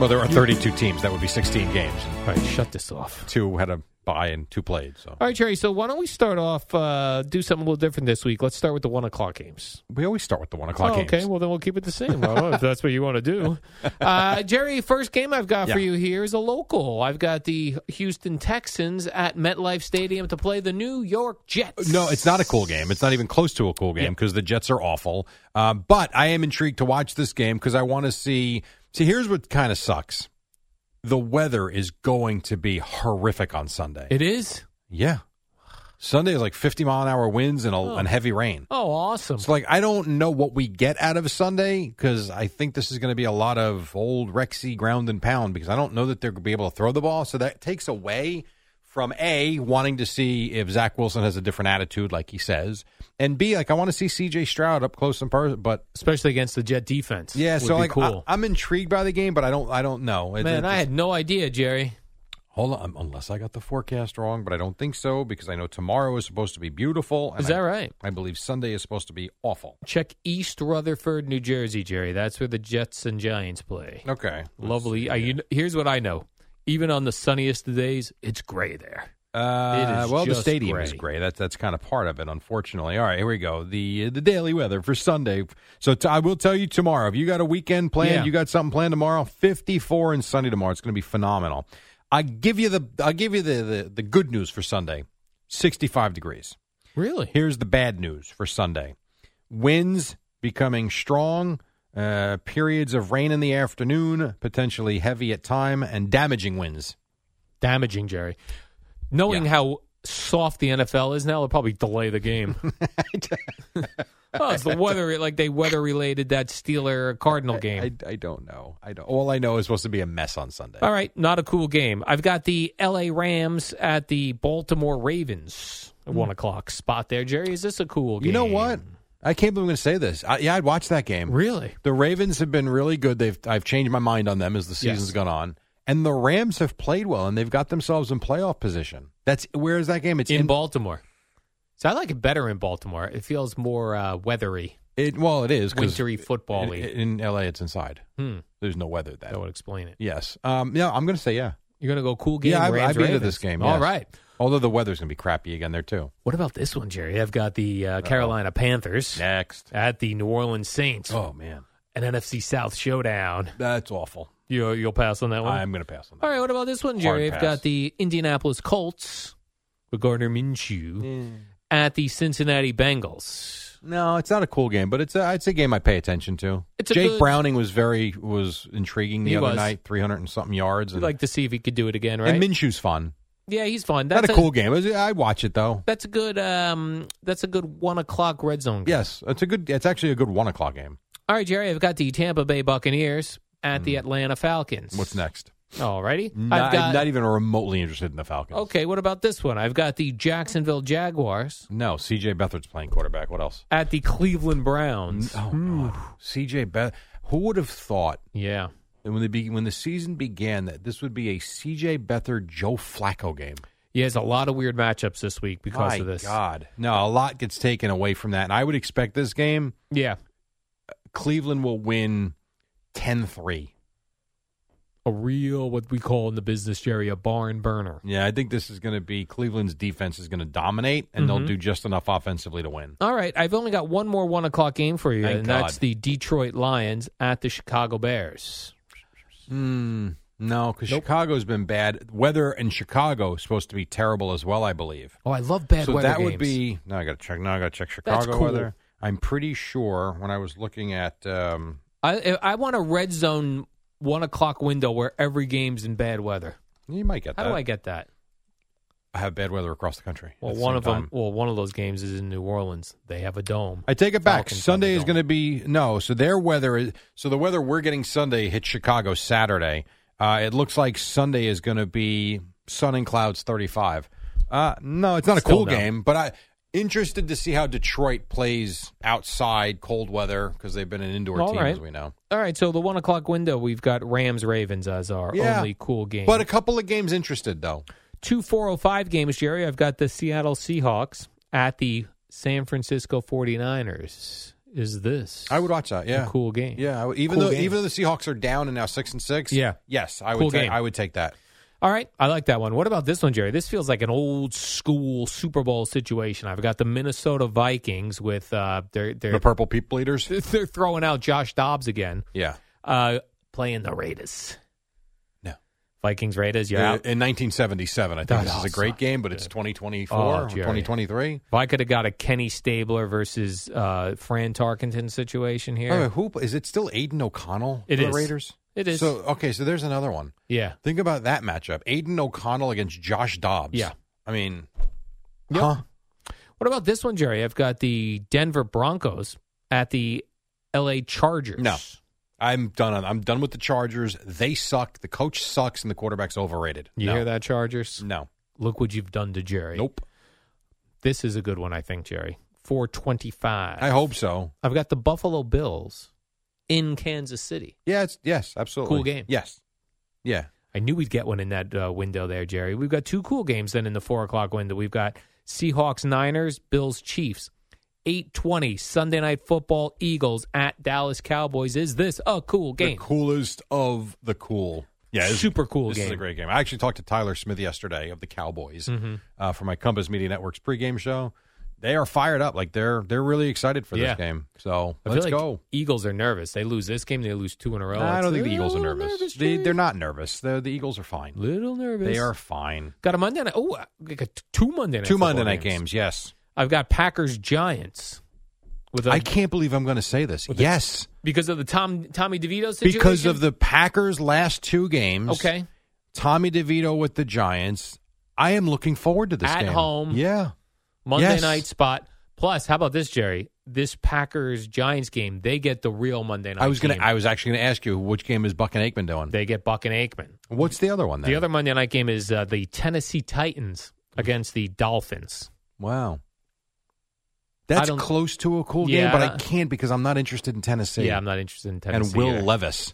Speaker 5: Well, there are 32 teams. That would be 16 games.
Speaker 4: All right, shut this off.
Speaker 5: Two had a bye and two played. So
Speaker 4: All right, Jerry, so why don't we start off, uh, do something a little different this week. Let's start with the 1 o'clock games.
Speaker 5: we always start with the one o'clock
Speaker 4: Oh,
Speaker 5: games.
Speaker 4: okay, well, then we'll keep it the same, Well, if that's what you want
Speaker 5: <laughs>
Speaker 4: to do. Uh, Jerry, first game I've got for
Speaker 5: Yeah.
Speaker 4: you here is a local. I've got the Houston Texans at MetLife Stadium to play the New York Jets.
Speaker 5: Uh, No, it's not a cool game. It's not even close to a cool game because the Jets are awful. Um, but I am intrigued to watch this game because I want to see. See, here's what kind of sucks: the weather is going to be horrific on Sunday.
Speaker 4: It is?
Speaker 5: yeah, Sunday is like 50 mile an hour winds and, a, and heavy rain.
Speaker 4: Oh, awesome.
Speaker 5: So, like, I don't know what we get out of Sunday because I think this is going to be a lot of old Rexy ground and pound because I don't know that they're going to be able to throw the ball. So that takes away from A, wanting to see if Zach Wilson has a different attitude, like he says, and B, like, I want to see CJ Stroud up close and personal. But
Speaker 4: Especially against the Jet defense.
Speaker 5: yeah,
Speaker 4: Would
Speaker 5: so
Speaker 4: be
Speaker 5: like,
Speaker 4: cool.
Speaker 5: I, am intrigued by the game, but I don't, I don't know. It-
Speaker 4: Man,
Speaker 5: it-
Speaker 4: I had no idea, Jerry.
Speaker 5: hold on, unless I got the forecast wrong, but I don't think so because I know tomorrow is supposed to be beautiful. and
Speaker 4: Is that
Speaker 5: I-
Speaker 4: right?
Speaker 5: I believe Sunday is supposed to be awful.
Speaker 4: Check East Rutherford, New Jersey, Jerry. That's where the Jets and Giants play.
Speaker 5: Okay,
Speaker 4: Lovely. I, you kn- here's what I know. Even on the sunniest of days, it's gray there.
Speaker 5: Uh,
Speaker 4: It is
Speaker 5: well, the
Speaker 4: just
Speaker 5: stadium is
Speaker 4: gray.
Speaker 5: gray. That's that's kind of part of it, unfortunately. All right, here we go. The the daily weather for Sunday. So t- I will tell you tomorrow. If you got a weekend planned,
Speaker 4: Yeah.
Speaker 5: you got something planned tomorrow. Fifty four and Sunday tomorrow. It's going to be phenomenal. I give you the I give you the, the the good news for Sunday. Sixty five degrees.
Speaker 4: Really?
Speaker 5: Here's the bad news for Sunday winds becoming strong, uh, periods of rain in the afternoon, potentially heavy at time, and damaging winds.
Speaker 4: Damaging, Jerry. Knowing
Speaker 5: Yeah.
Speaker 4: how soft the NFL is now, it'll probably delay
Speaker 5: <laughs>
Speaker 4: the game. <laughs> oh, it's the weather. Like they weather related that Steeler Cardinal game.
Speaker 5: I, I don't know. I don't. All I know is supposed to be a mess on Sunday.
Speaker 4: All right, not a cool game. I've got the L.A. Rams at the Baltimore Ravens. at One o'clock spot there, Jerry. Is this a cool game?
Speaker 5: Hmm. You know what? I can't believe I'm going to say this. I, yeah, I'd watch that game.
Speaker 4: Really?
Speaker 5: The Ravens have been really good. They've I've changed my mind on them as the season's
Speaker 4: Yes.
Speaker 5: gone on. And the Rams have played well, and they've got themselves in playoff position. That's where is that game? It's
Speaker 4: in, Baltimore. So I like it better in Baltimore. It feels more uh, weathery.
Speaker 5: It well, it is 'cause
Speaker 4: Wintery football league.
Speaker 5: in, in LA. It's inside.
Speaker 4: Hmm.
Speaker 5: There's no weather that.
Speaker 4: That would explain it.
Speaker 5: Yes. Um. Yeah. I'm gonna say yeah.
Speaker 4: You're gonna go cool game.
Speaker 5: yeah. I've,
Speaker 4: Rams,
Speaker 5: I've been to
Speaker 4: Ravens.
Speaker 5: this game.
Speaker 4: All
Speaker 5: yes.
Speaker 4: right.
Speaker 5: Although the weather's gonna be crappy again there too.
Speaker 4: What about this one, Jerry? I've got the uh, Carolina Panthers
Speaker 5: next
Speaker 4: at the New Orleans Saints.
Speaker 5: Oh man,
Speaker 4: an NFC South showdown.
Speaker 5: that's awful.
Speaker 4: You you'll pass on that one.
Speaker 5: I'm gonna pass on that.
Speaker 4: All right. What about this one,
Speaker 5: Hard
Speaker 4: Jerry? I've
Speaker 5: pass.
Speaker 4: got the Indianapolis Colts with Gardner Minshew
Speaker 5: Mm.
Speaker 4: at the Cincinnati Bengals.
Speaker 5: No, it's not a cool game, but it's a, it's a game I pay attention to.
Speaker 4: It's a
Speaker 5: Jake
Speaker 4: good-
Speaker 5: Browning was very was intriguing the
Speaker 4: He
Speaker 5: other
Speaker 4: was.
Speaker 5: night, three hundred and something yards,
Speaker 4: I'd
Speaker 5: and,
Speaker 4: like to see if he could do it again, right?
Speaker 5: Mm. and Minshew's fun.
Speaker 4: yeah, he's fine.
Speaker 5: Not
Speaker 4: That's
Speaker 5: a cool game. I watch it though.
Speaker 4: That's a good. Um, that's a good one o'clock red zone. Game.
Speaker 5: Yes, it's a good. It's actually a good one o'clock game.
Speaker 4: All right, Jerry. I've got the Tampa Bay Buccaneers at the Atlanta Falcons.
Speaker 5: Hmm. What's next?
Speaker 4: All righty.
Speaker 5: Not,
Speaker 4: I've got.
Speaker 5: I'm not even remotely interested in the Falcons.
Speaker 4: okay. What about this one? I've got the Jacksonville Jaguars
Speaker 5: No, C.J. Beathard's playing quarterback. What else?
Speaker 4: at the Cleveland Browns.
Speaker 5: Oh, God. C.J. Beth. Who would have thought
Speaker 4: Yeah.
Speaker 5: that when the be- when the season began that this would be a C.J. Beathard Joe Flacco game?
Speaker 4: He has a lot of weird matchups this week because
Speaker 5: My
Speaker 4: of this.
Speaker 5: God, no, a lot gets taken away from that, and I would expect this game
Speaker 4: Yeah.
Speaker 5: Cleveland will win 10-3.
Speaker 4: A real, what we call in the business, Jerry, a barn burner.
Speaker 5: Yeah, I think this is going to be Cleveland's defense is going to dominate, and
Speaker 4: Mhm.
Speaker 5: they'll do just enough offensively to win.
Speaker 4: All right. I've only got one more one o'clock game for you,
Speaker 5: Thank
Speaker 4: and that's
Speaker 5: God.
Speaker 4: the Detroit Lions at the Chicago Bears.
Speaker 5: Mm, no, because Chicago's been bad. Weather in Chicago is supposed to be terrible as well, I believe.
Speaker 4: Oh, I love bad
Speaker 5: so
Speaker 4: weather.
Speaker 5: that
Speaker 4: games.
Speaker 5: would be. Now I got to check. Now I got to check
Speaker 4: That's
Speaker 5: Chicago
Speaker 4: cool.
Speaker 5: weather. I'm pretty sure when I was looking at. Um,
Speaker 4: I, I want a red zone one o'clock window where every game's in bad weather.
Speaker 5: you might get
Speaker 4: How
Speaker 5: that.
Speaker 4: do I get that?
Speaker 5: I have bad weather across the country.
Speaker 4: Well,
Speaker 5: at the
Speaker 4: one
Speaker 5: same
Speaker 4: of them.
Speaker 5: time.
Speaker 4: Well, one of those games is in New Orleans. They have a dome.
Speaker 5: I take it back.
Speaker 4: Falcons have
Speaker 5: Sunday is
Speaker 4: a dome.
Speaker 5: going to be no. So their weather is so the weather we're getting Sunday hits Chicago Saturday. Uh, it looks like Sunday is going to be sun and clouds, thirty-five. Uh, no, it's not a
Speaker 4: Still
Speaker 5: cool
Speaker 4: no.
Speaker 5: game, but I interested to see how Detroit plays outside cold weather because they've been an indoor
Speaker 4: All
Speaker 5: team
Speaker 4: right.
Speaker 5: as we know.
Speaker 4: All right, so the one o'clock window, we've got Rams Ravens as our
Speaker 5: Yeah.
Speaker 4: only cool game.
Speaker 5: But a couple of games interested though.
Speaker 4: two 405 games, Jerry. I've got the Seattle Seahawks at the San Francisco 49ers. Is this
Speaker 5: I would watch that. Yeah,
Speaker 4: a cool game?
Speaker 5: Yeah, I would- even
Speaker 4: Cool
Speaker 5: though
Speaker 4: game.
Speaker 5: even though the Seahawks are down and now six and six.
Speaker 4: Yeah.
Speaker 5: yes, I would.
Speaker 4: Cool
Speaker 5: ta-
Speaker 4: game.
Speaker 5: I would take that.
Speaker 4: All right, I like that one. What about this one, Jerry? This feels like an old school Super Bowl situation. I've got the Minnesota Vikings with uh, they're
Speaker 5: The
Speaker 4: they're
Speaker 5: purple people eaters.
Speaker 4: they're throwing out Josh Dobbs again,
Speaker 5: Yeah,
Speaker 4: uh, playing the Raiders.
Speaker 5: No.
Speaker 4: Vikings Raiders, you're
Speaker 5: Uh,
Speaker 4: out.
Speaker 5: In 1977, I think
Speaker 4: That
Speaker 5: this is a
Speaker 4: all
Speaker 5: great
Speaker 4: sucked,
Speaker 5: game, but it's
Speaker 4: dude.
Speaker 5: 2024
Speaker 4: Oh,
Speaker 5: or
Speaker 4: Jerry.
Speaker 5: 2023.
Speaker 4: If I could have got a Kenny Stabler versus uh, Fran Tarkenton situation here,
Speaker 5: By the way, who is it? Still Aiden O'Connell
Speaker 4: It
Speaker 5: for
Speaker 4: is.
Speaker 5: the Raiders.
Speaker 4: It is.
Speaker 5: So okay, so there's another one.
Speaker 4: yeah,
Speaker 5: Think about that matchup: Aiden O'Connell against Josh Dobbs.
Speaker 4: Yeah.
Speaker 5: I mean,
Speaker 4: Yep.
Speaker 5: huh?
Speaker 4: What about this one, Jerry? I've got the Denver Broncos at the L.A. Chargers.
Speaker 5: No. I'm done. On, I'm done with the Chargers. They suck. The coach sucks, and the quarterback's overrated.
Speaker 4: You
Speaker 5: no.
Speaker 4: hear that, Chargers?
Speaker 5: No.
Speaker 4: Look what you've done to Jerry.
Speaker 5: Nope.
Speaker 4: This is a good one, I think, Jerry. 425.
Speaker 5: I hope so.
Speaker 4: I've got the Buffalo Bills in Kansas City.
Speaker 5: Yeah. It's yes. Absolutely.
Speaker 4: Cool game.
Speaker 5: Yes. Yeah.
Speaker 4: I knew we'd get one in that uh, window there, Jerry. We've got two cool games then in the 4 o'clock window. We've got Seahawks, Niners, Bills, Chiefs. 820 Sunday Night Football Eagles at Dallas Cowboys. Is this a cool
Speaker 5: The
Speaker 4: game?
Speaker 5: coolest of the cool. it's-
Speaker 4: Super cool
Speaker 5: This is a
Speaker 4: game. Mm-hmm.
Speaker 5: great game. I actually talked to Tyler Smith yesterday of the Cowboys uh, for my Compass Media Network's pregame show. They are fired up. Like they're they're really excited for
Speaker 4: Yeah.
Speaker 5: this game. So
Speaker 4: I
Speaker 5: let's
Speaker 4: feel like
Speaker 5: go.
Speaker 4: Eagles are nervous. They lose this game, they lose two in a row.
Speaker 5: I
Speaker 4: It's
Speaker 5: don't
Speaker 4: a
Speaker 5: think the Eagles are
Speaker 4: little
Speaker 5: nervous. they,
Speaker 4: Jerry.
Speaker 5: they're not nervous. The the Eagles are fine.
Speaker 4: Little nervous.
Speaker 5: They are fine.
Speaker 4: Got a Monday night. Oh, I got t- two Monday night.
Speaker 5: Two
Speaker 4: football
Speaker 5: Monday night
Speaker 4: games.
Speaker 5: games. Yes.
Speaker 4: I've got Packers Giants with a,
Speaker 5: I can't believe I'm going to say this.
Speaker 4: With the-
Speaker 5: Yes,
Speaker 4: because of the Tom Tommy DeVito situation.
Speaker 5: because of the Packers' last two games.
Speaker 4: okay
Speaker 5: Tommy DeVito with the Giants. I am looking forward to this
Speaker 4: At
Speaker 5: game.
Speaker 4: home.
Speaker 5: Yeah.
Speaker 4: Monday
Speaker 5: Yes.
Speaker 4: night spot. Plus, how about this, Jerry? This Packers Giants game, they get the real Monday night.
Speaker 5: I was gonna.
Speaker 4: game.
Speaker 5: I was actually gonna ask you which game is Buck and Aikman doing.
Speaker 4: They get Buck and Aikman.
Speaker 5: What's the other one? Then?
Speaker 4: The other Monday night game is uh, the Tennessee Titans against the Dolphins.
Speaker 5: Wow.
Speaker 4: I
Speaker 5: That's
Speaker 4: don't-
Speaker 5: close to a cool
Speaker 4: Yeah.
Speaker 5: game, but I can't because I'm not interested in Tennessee.
Speaker 4: Yeah, I'm not interested in Tennessee.
Speaker 5: and Will
Speaker 4: either.
Speaker 5: Levis.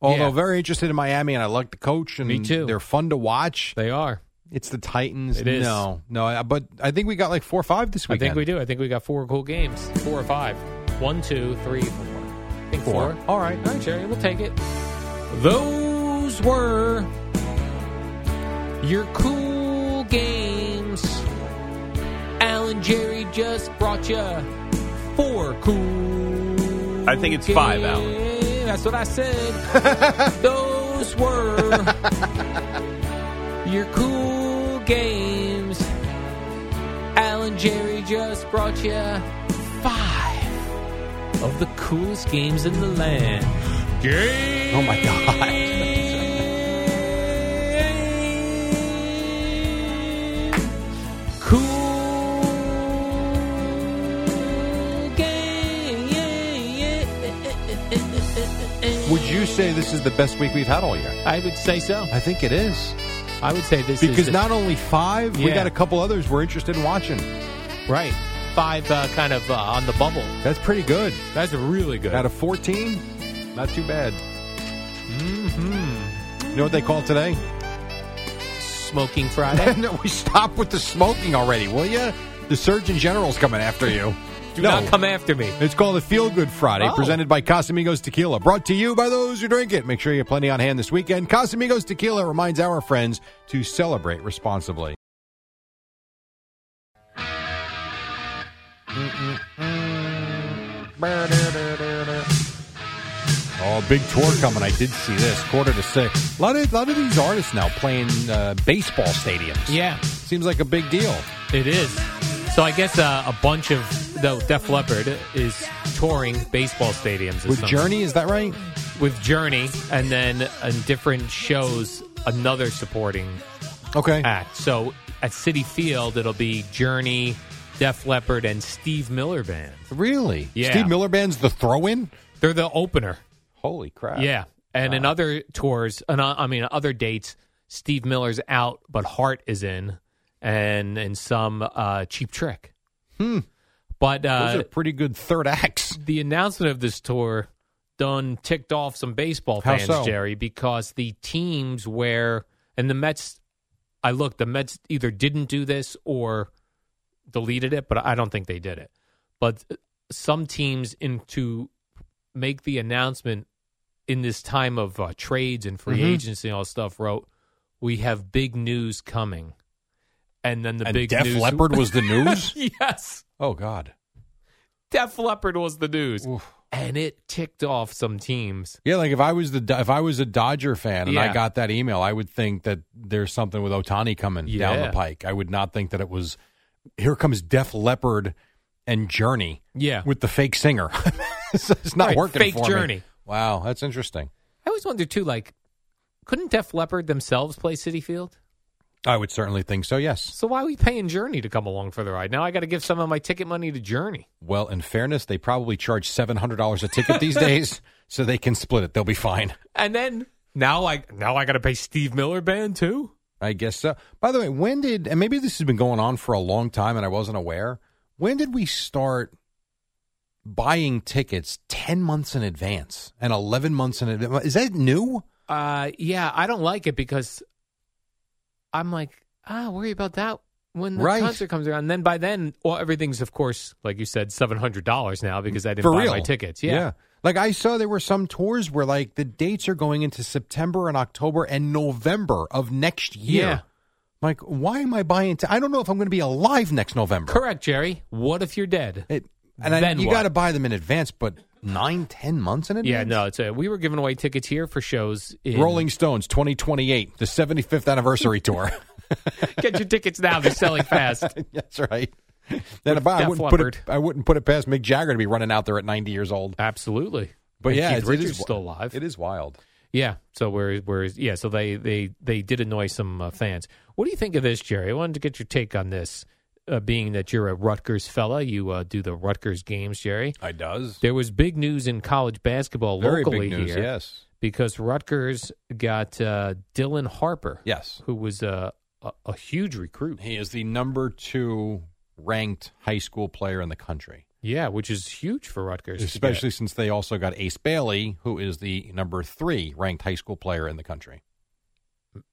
Speaker 5: Although
Speaker 4: Yeah.
Speaker 5: very interested in Miami, and I like the coach, and
Speaker 4: Me too.
Speaker 5: they're fun to watch.
Speaker 4: They are.
Speaker 5: It's the Titans.
Speaker 4: It is.
Speaker 5: No, no, I- but I think we got like four or five this
Speaker 4: I
Speaker 5: weekend.
Speaker 4: think we do. I think we got four cool games, four or five. One, two, three, four. I think
Speaker 5: Four.
Speaker 4: four. All right. All right, Jerry. We'll take it. Those were your cool games. Alan Jerry just brought you four cool.
Speaker 6: I think it's five, Alan.
Speaker 4: games. That's what I
Speaker 6: <laughs>
Speaker 4: said. Those were your cool games. Alan Jerry just brought you five of the coolest games in the land. Game.
Speaker 5: Oh my God. Would you say this is the best week we've had all year?
Speaker 4: I would say so.
Speaker 5: I think it is.
Speaker 4: I would say this
Speaker 5: because
Speaker 4: is
Speaker 5: not only five, we
Speaker 4: Yeah.
Speaker 5: got a couple others we're interested in watching.
Speaker 4: right five uh, kind of uh, on the bubble.
Speaker 5: That's pretty good.
Speaker 4: That's really good.
Speaker 5: Out of 14, not too bad. Mm-hmm. You know what they call today? <laughs>
Speaker 4: Smoking <laughs> Friday.
Speaker 5: no, we stop with the smoking already, will you? The Surgeon General's coming after you.
Speaker 4: Do
Speaker 5: no.
Speaker 4: not come after me.
Speaker 5: It's called the Feel Good Friday,
Speaker 4: Oh.
Speaker 5: presented by Casamigos Tequila. Brought to you by those who drink it. Make sure you have plenty on hand this weekend. Casamigos Tequila reminds our friends to celebrate responsibly. Oh, big tour coming. I did see this. Quarter to six. A lot of, lot of these artists now playing uh, baseball stadiums.
Speaker 4: Yeah,
Speaker 5: Seems like a big deal.
Speaker 4: it is. So I guess uh, a bunch of the Def Leppard is touring baseball stadiums this
Speaker 5: With
Speaker 4: summer.
Speaker 5: Journey, is that right?
Speaker 4: with Journey, and then on different shows, another supporting
Speaker 5: Okay.
Speaker 4: act. So at City Field, it'll be Journey, Def Leppard, and Steve Miller Band.
Speaker 5: Really?
Speaker 4: Yeah.
Speaker 5: Steve Miller Band's the throw in?
Speaker 4: They're the opener.
Speaker 5: Holy crap.
Speaker 4: Yeah, and in other tours, and uh, I mean other dates, Steve Miller's out, but Hart is in, and and some uh, Cheap Trick. Hmm. But uh,
Speaker 5: Those are pretty good third acts.
Speaker 4: the announcement of this tour done ticked off some baseball
Speaker 5: How
Speaker 4: fans,
Speaker 5: so?
Speaker 4: Jerry, because the teams where and the Mets I looked, the Mets either didn't do this or deleted it, but I don't think they did it. But some teams in to make the announcement in this time of uh, trades and free
Speaker 5: Mhm.
Speaker 4: agency and all stuff wrote, "We have big news coming." And then the
Speaker 5: and
Speaker 4: big
Speaker 5: Def
Speaker 4: news <laughs>
Speaker 5: Leppard was the news?
Speaker 4: yes.
Speaker 5: oh, God.
Speaker 4: Def Leppard was the news, and it ticked off some teams.
Speaker 5: Yeah, like if I was the if I was a Dodger fan and I
Speaker 4: Yeah.
Speaker 5: got that email, I would think that there's something with Otani coming down
Speaker 4: Yeah.
Speaker 5: the pike. I would not think that it was here comes Def Leppard and Journey
Speaker 4: Yeah,
Speaker 5: with the fake singer. <laughs> it's it's not
Speaker 4: Right,
Speaker 5: working
Speaker 4: fake
Speaker 5: for me.
Speaker 4: Journey.
Speaker 5: Wow, that's interesting.
Speaker 4: I always wonder too. Like, couldn't Def Leppard themselves play City Field?
Speaker 5: I would certainly think so. Yes.
Speaker 4: So why are we paying Journey to come along for the ride? Now I got to give some of my ticket money to Journey.
Speaker 5: Well, in fairness, they probably charge seven hundred dollars a ticket
Speaker 4: <laughs>
Speaker 5: these days, so they can split it. They'll be fine.
Speaker 4: And then now I now I got to pay Steve Miller Band too.
Speaker 5: I guess so. By the way, when did and maybe this has been going on for a long time and I wasn't aware. When did we start buying tickets 10 months in advance and 11 months in advance? Is that new?
Speaker 4: Uh, yeah, I don't like it because I'm like, ah, worry about that when the
Speaker 5: Right.
Speaker 4: concert comes around. And then by then, well, everything's of course, like you said, seven hundred dollars now because I didn't
Speaker 5: for
Speaker 4: buy
Speaker 5: real?
Speaker 4: my tickets.
Speaker 5: Like I saw there were some tours where like the dates are going into September and October and November of next year.
Speaker 4: Yeah.
Speaker 5: Like why am I buying I I don't know if I'm going to be alive next November.
Speaker 4: Correct, Jerry. What if you're dead?
Speaker 5: It, and I,
Speaker 4: Then
Speaker 5: you
Speaker 4: what?
Speaker 5: got to buy them in advance, but nine, ten months in advance?
Speaker 4: yeah, no. It's a, we were giving away tickets here for shows. In,
Speaker 5: Rolling Stones 2028, the 75th anniversary tour.
Speaker 4: <laughs>
Speaker 5: <laughs>
Speaker 4: Get your tickets now. They're selling fast.
Speaker 5: That's right. Then if I, I
Speaker 4: Def
Speaker 5: wouldn't put it,
Speaker 4: Leppard.
Speaker 5: I wouldn't put it past Mick Jagger to be running out there at 90 years old.
Speaker 4: <laughs> Absolutely.
Speaker 5: But
Speaker 4: And
Speaker 5: yeah,
Speaker 4: Keith
Speaker 5: it- it is
Speaker 4: Richards
Speaker 5: wi-
Speaker 4: still alive.
Speaker 5: It is wild.
Speaker 4: Yeah. So where where yeah, so they they they did annoy some uh, fans. What do you think of this, Jerry? I wanted to get your take on this. Uh, being that you're a Rutgers fella, you uh, do the Rutgers games, Jerry.
Speaker 5: I does
Speaker 4: There was big news in college basketball
Speaker 5: very
Speaker 4: locally
Speaker 5: big news.
Speaker 4: here
Speaker 5: Yes,
Speaker 4: because Rutgers got uh, Dylan Harper,
Speaker 5: yes.
Speaker 4: who was uh, a, a huge recruit.
Speaker 5: He is the number two ranked high school player in the country,
Speaker 4: Yeah, which is huge for Rutgers, to get.
Speaker 5: especially since they also got Ace Bailey, who is the number three ranked high school player in the country.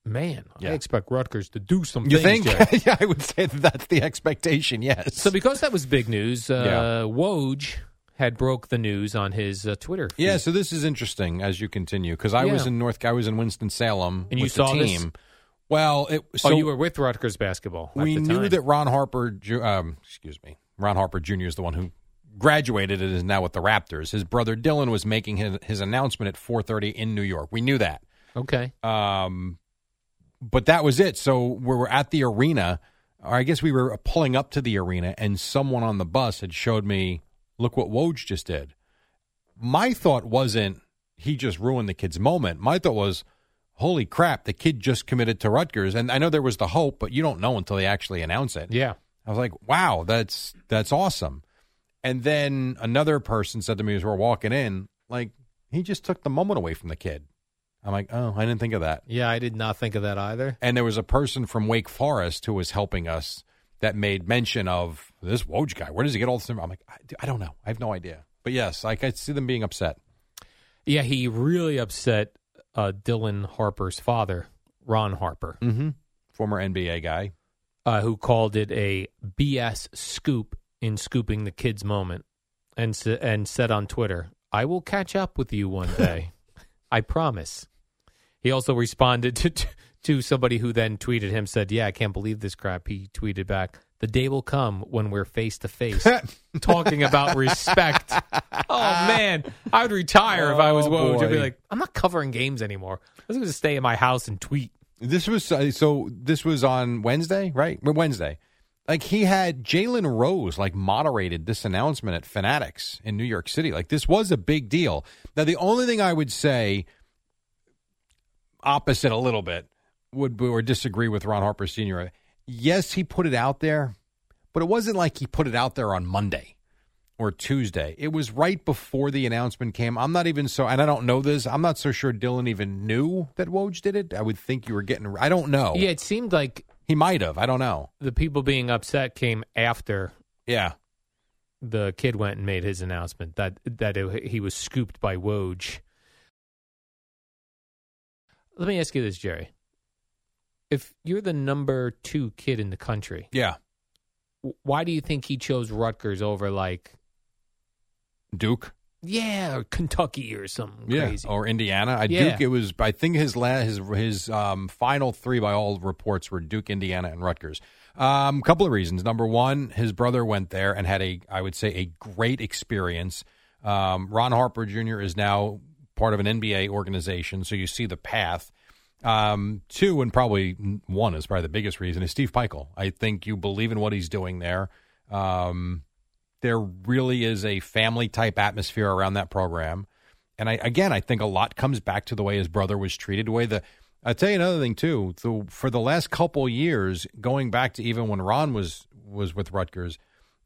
Speaker 4: man.
Speaker 5: Yeah.
Speaker 4: I expect Rutgers to do some.
Speaker 5: You
Speaker 4: things,
Speaker 5: think? <laughs>
Speaker 4: Jerry. <laughs>
Speaker 5: yeah, I would say that that's the expectation. Yes.
Speaker 4: So because that was big news, uh,
Speaker 5: Yeah.
Speaker 4: Woj had broke the news on his uh, Twitter. feed.
Speaker 5: Yeah, so this is interesting as you continue because I was
Speaker 4: Yeah.
Speaker 5: in North. I was in Winston Salem,
Speaker 4: And you
Speaker 5: with
Speaker 4: saw
Speaker 5: the
Speaker 4: this?
Speaker 5: team. Well, it, so
Speaker 4: oh, you were with Rutgers basketball. at
Speaker 5: we
Speaker 4: the
Speaker 5: knew
Speaker 4: time.
Speaker 5: that Ron Harper, Ju- um, excuse me, Ron Harper Jr. is the one who graduated and is now with the Raptors. His brother Dylan was making his, his announcement at 4:30 in New York. We knew that.
Speaker 4: Okay.
Speaker 5: Um, but that was it. So we were at the arena, or I guess we were pulling up to the arena, and someone on the bus had showed me, look what Woj just did. My thought wasn't he just ruined the kid's moment. My thought was, holy crap, the kid just committed to Rutgers, and I know there was the hope, but you don't know until they actually announce it.
Speaker 4: Yeah.
Speaker 5: I was like, wow, that's that's awesome. And then another person said to me as we're walking in, like, he just took the moment away from the kid. I'm like, oh, I didn't think of that.
Speaker 4: Yeah, I did not think of that either.
Speaker 5: And there was a person from Wake Forest who was helping us that made mention of this Woj guy. Where does he get all this? I'm like, I, I don't know. I have no idea. But yes, I could see them being upset.
Speaker 4: Yeah, he really upset uh, Dylan Harper's father, Ron Harper,
Speaker 5: Mm-hmm. Former NBA guy.
Speaker 4: uh, who called it a BS scoop in scooping the kid's moment, and s- and said on Twitter, "I will catch up with you
Speaker 5: <laughs>
Speaker 4: one day, I promise." He also responded <laughs> to, to to somebody who then tweeted him said, "Yeah, I can't believe this crap." He tweeted back, "The day will come when we're face
Speaker 5: <laughs>
Speaker 4: to face, talking about respect." Oh man, I would retire if I was
Speaker 5: Oh,
Speaker 4: Woj. I'd be
Speaker 5: boy.
Speaker 4: like, "I'm not covering games anymore. I was going to stay in my house and tweet."
Speaker 5: This was uh, so. This was on Wednesday, right? Well, Wednesday. Like he had Jalen Rose like moderated this announcement at Fanatics in New York City. Like this was a big deal. Now the only thing I would say opposite a little bit would be- or disagree with Ron Harper Sr. Yes, he put it out there, but it wasn't like he put it out there on Monday or Tuesday. It was right before the announcement came. I'm not even so, and I don't know this. I'm not so sure Dylan even knew that Woj did it. I would think you were getting. I don't know.
Speaker 4: Yeah, it seemed like
Speaker 5: he might have. I don't know.
Speaker 4: the people being upset came after
Speaker 5: Yeah,
Speaker 4: the kid went and made his announcement that that it, he was scooped by Woj. Let me ask you this, Jerry. If you're the number two kid in the country,
Speaker 5: yeah.
Speaker 4: w- why do you think he chose Rutgers over like
Speaker 5: Duke,
Speaker 4: yeah or Kentucky or something crazy?
Speaker 5: or Indiana. I,
Speaker 4: Yeah.
Speaker 5: Duke. It was. I think his la- his his um, final three by all reports were Duke, Indiana, and Rutgers. Um, couple of reasons. Number one, his brother went there and had a I would say a great experience. Um, Ron Harper Jr. is now part of an NBA organization, so you see the path. Um, two, and probably one is probably the biggest reason is Steve Peichel. I think you believe in what he's doing there. Um, there really is a family type atmosphere around that program. And I again, I think a lot comes back to the way his brother was treated. The way the I'll tell you another thing too. The, for the last couple years, going back to even when Ron was was with Rutgers,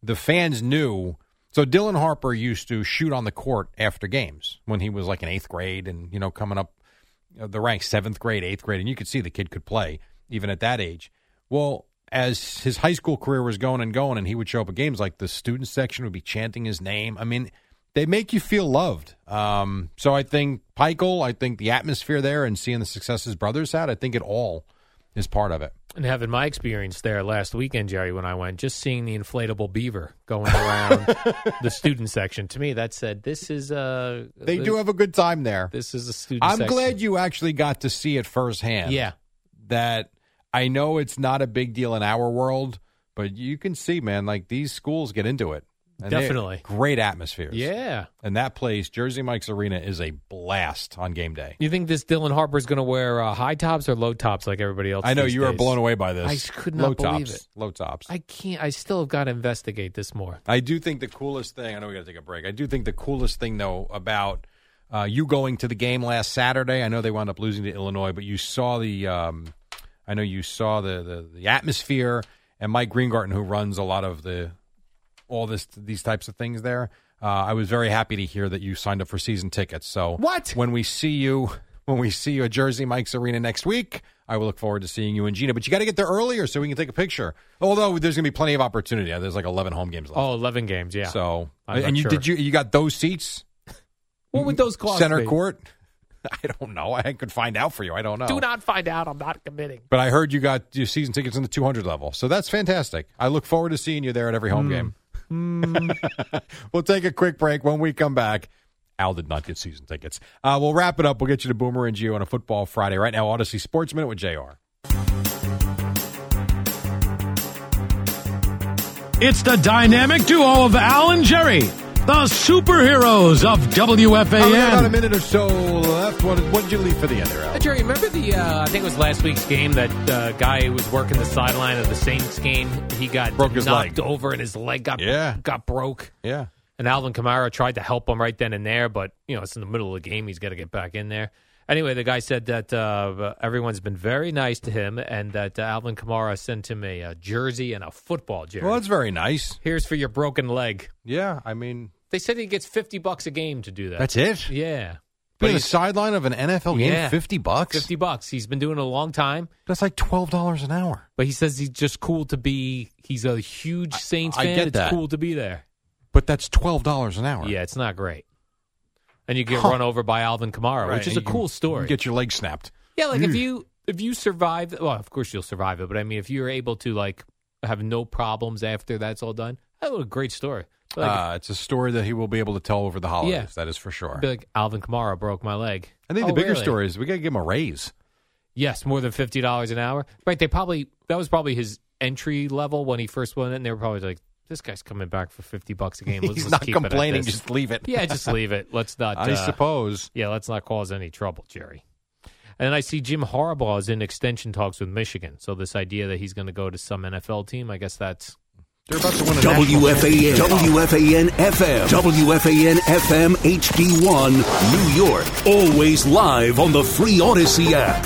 Speaker 5: the fans knew. So Dylan Harper used to shoot on the court after games when he was like in eighth grade, and you know coming up uh, the ranks, seventh grade, eighth grade, and you could see the kid could play even at that age. Well, as his high school career was going and going, and he would show up at games, like the student section would be chanting his name. I mean, they make you feel loved. Um, so I think Peichel, I think the atmosphere there and seeing the success his brothers had, I think it all is part of it.
Speaker 4: and having my experience there last weekend, Jerry, when I went, just seeing the inflatable beaver going around
Speaker 5: <laughs>
Speaker 4: the student section, to me that said this is a
Speaker 5: They do have a good time there.
Speaker 4: this is a student.
Speaker 5: I'm
Speaker 4: section.
Speaker 5: glad you actually got to see it firsthand.
Speaker 4: yeah.
Speaker 5: that I know it's not a big deal in our world, but you can see, man, like these schools get into it. And they're
Speaker 4: Definitely.
Speaker 5: Great atmospheres.
Speaker 4: Yeah.
Speaker 5: And that place, Jersey Mike's Arena, is a blast on game day.
Speaker 4: You think this Dylan Harper's going to wear uh, high tops or low tops like everybody else?
Speaker 5: I know
Speaker 4: these
Speaker 5: you are
Speaker 4: days?
Speaker 5: blown away by this.
Speaker 4: I just could not
Speaker 5: Low
Speaker 4: believe
Speaker 5: tops.
Speaker 4: it.
Speaker 5: Low tops.
Speaker 4: I can't. I still have got to investigate this more.
Speaker 5: I do think the coolest thing. I know we got to take a break. I do think the coolest thing though about uh, you going to the game last Saturday. I know they wound up losing to Illinois, but you saw the. Um, I know you saw the, the the atmosphere and Mike Greengarten, who runs a lot of the all this these types of things there. Uh, I was very happy to hear that you signed up for season tickets. So
Speaker 4: What?
Speaker 5: when we see you when we see you at Jersey Mike's Arena next week. I will look forward to seeing you and Gina, but you got to get there earlier so we can take a picture. Although there's going to be plenty of opportunity. There's like 11 home games left.
Speaker 4: Oh, 11 games. Yeah.
Speaker 5: So
Speaker 4: I'm not
Speaker 5: and you
Speaker 4: sure.
Speaker 5: did you you got those seats
Speaker 4: what would those cost?
Speaker 5: center
Speaker 4: be?
Speaker 5: court? <laughs> I don't know. I could find out for you. I don't know.
Speaker 4: Do not find out. I'm not committing.
Speaker 5: But
Speaker 4: Hmm.
Speaker 5: I heard you got your season tickets in the 200 level, so that's fantastic. I look forward to seeing you there at every home game. <laughs> we'll take a quick break. When we come back, Al did not get season tickets. Uh, we'll wrap it up. We'll get you to Boomer and Geo on a football Friday. Right now, Odyssey Sports Minute with JR.
Speaker 3: It's the dynamic duo of Al and Jerry, the superheroes of
Speaker 5: Oh, we got about a
Speaker 3: WFAN.
Speaker 5: minute or so left. What, what did you leave for the end there, Al?
Speaker 4: Uh, Jerry, remember the, uh, I think it was last week's game, that uh, guy who was working the sideline of the Saints game? He got
Speaker 5: Broke his
Speaker 4: knocked
Speaker 5: leg.
Speaker 4: over and his leg got,
Speaker 5: Yeah.
Speaker 4: got broke.
Speaker 5: Yeah.
Speaker 4: And Alvin Kamara tried to help him right then and there, but, you know, it's in the middle of the game. He's got to get back in there. Anyway, the guy said that uh, everyone's been very nice to him and that uh, Alvin Kamara sent him a, uh jersey and a football, Jerry.
Speaker 5: Well, that's very nice.
Speaker 4: Here's for your broken leg.
Speaker 5: Yeah, I mean,
Speaker 4: They said he gets 50 bucks a game to do that.
Speaker 5: that's it.
Speaker 4: Yeah.
Speaker 5: Being the sideline of an NFL game,
Speaker 4: Yeah.
Speaker 5: fifty bucks.
Speaker 4: 50 bucks. He's been doing it a long time.
Speaker 5: That's like twelve dollars an hour.
Speaker 4: But he says he's just cool to be. He's a huge Saints
Speaker 5: I
Speaker 4: fan.
Speaker 5: get
Speaker 4: it's
Speaker 5: that.
Speaker 4: cool to be there.
Speaker 5: But that's twelve dollars an hour.
Speaker 4: Yeah, it's not great. And you get
Speaker 5: Huh.
Speaker 4: run over by Alvin Kamara,
Speaker 5: Right,
Speaker 4: which is a
Speaker 5: and you
Speaker 4: cool
Speaker 5: can
Speaker 4: story.
Speaker 5: Get your leg snapped.
Speaker 4: yeah, like if
Speaker 5: Oof.
Speaker 4: you if you survive, well, of course you'll survive it. But I mean, if you're able to like have no problems after that's all done, that would be a great story. Be Like,
Speaker 5: uh, it's a story that he will be able to tell over the holidays.
Speaker 4: Yeah.
Speaker 5: That is for sure.
Speaker 4: be like Alvin Kamara broke my leg.
Speaker 5: I think
Speaker 4: Oh,
Speaker 5: the bigger
Speaker 4: really?
Speaker 5: story is we got to give him a raise.
Speaker 4: Yes, more than fifty dollars an hour. Right? They probably that was probably his entry level when he first went in. They were probably like, "This guy's coming back for fifty bucks a game."
Speaker 5: <laughs>
Speaker 4: Let's,
Speaker 5: He's
Speaker 4: let's
Speaker 5: not
Speaker 4: keep it at
Speaker 5: complaining.
Speaker 4: this."
Speaker 5: Just leave it.
Speaker 4: yeah, just leave it.
Speaker 5: <laughs>
Speaker 4: Let's not.
Speaker 5: I
Speaker 4: uh,
Speaker 5: suppose.
Speaker 4: Yeah, let's not cause any trouble, Jerry. And I see Jim Harbaugh is in extension talks with Michigan. So this idea that he's going to go to some NFL team, I guess that's
Speaker 5: They're about to win a national
Speaker 1: WFAN,
Speaker 5: championship.
Speaker 1: WFAN FM, WFAN FM HD1, New York. Always live on the free Odyssey app.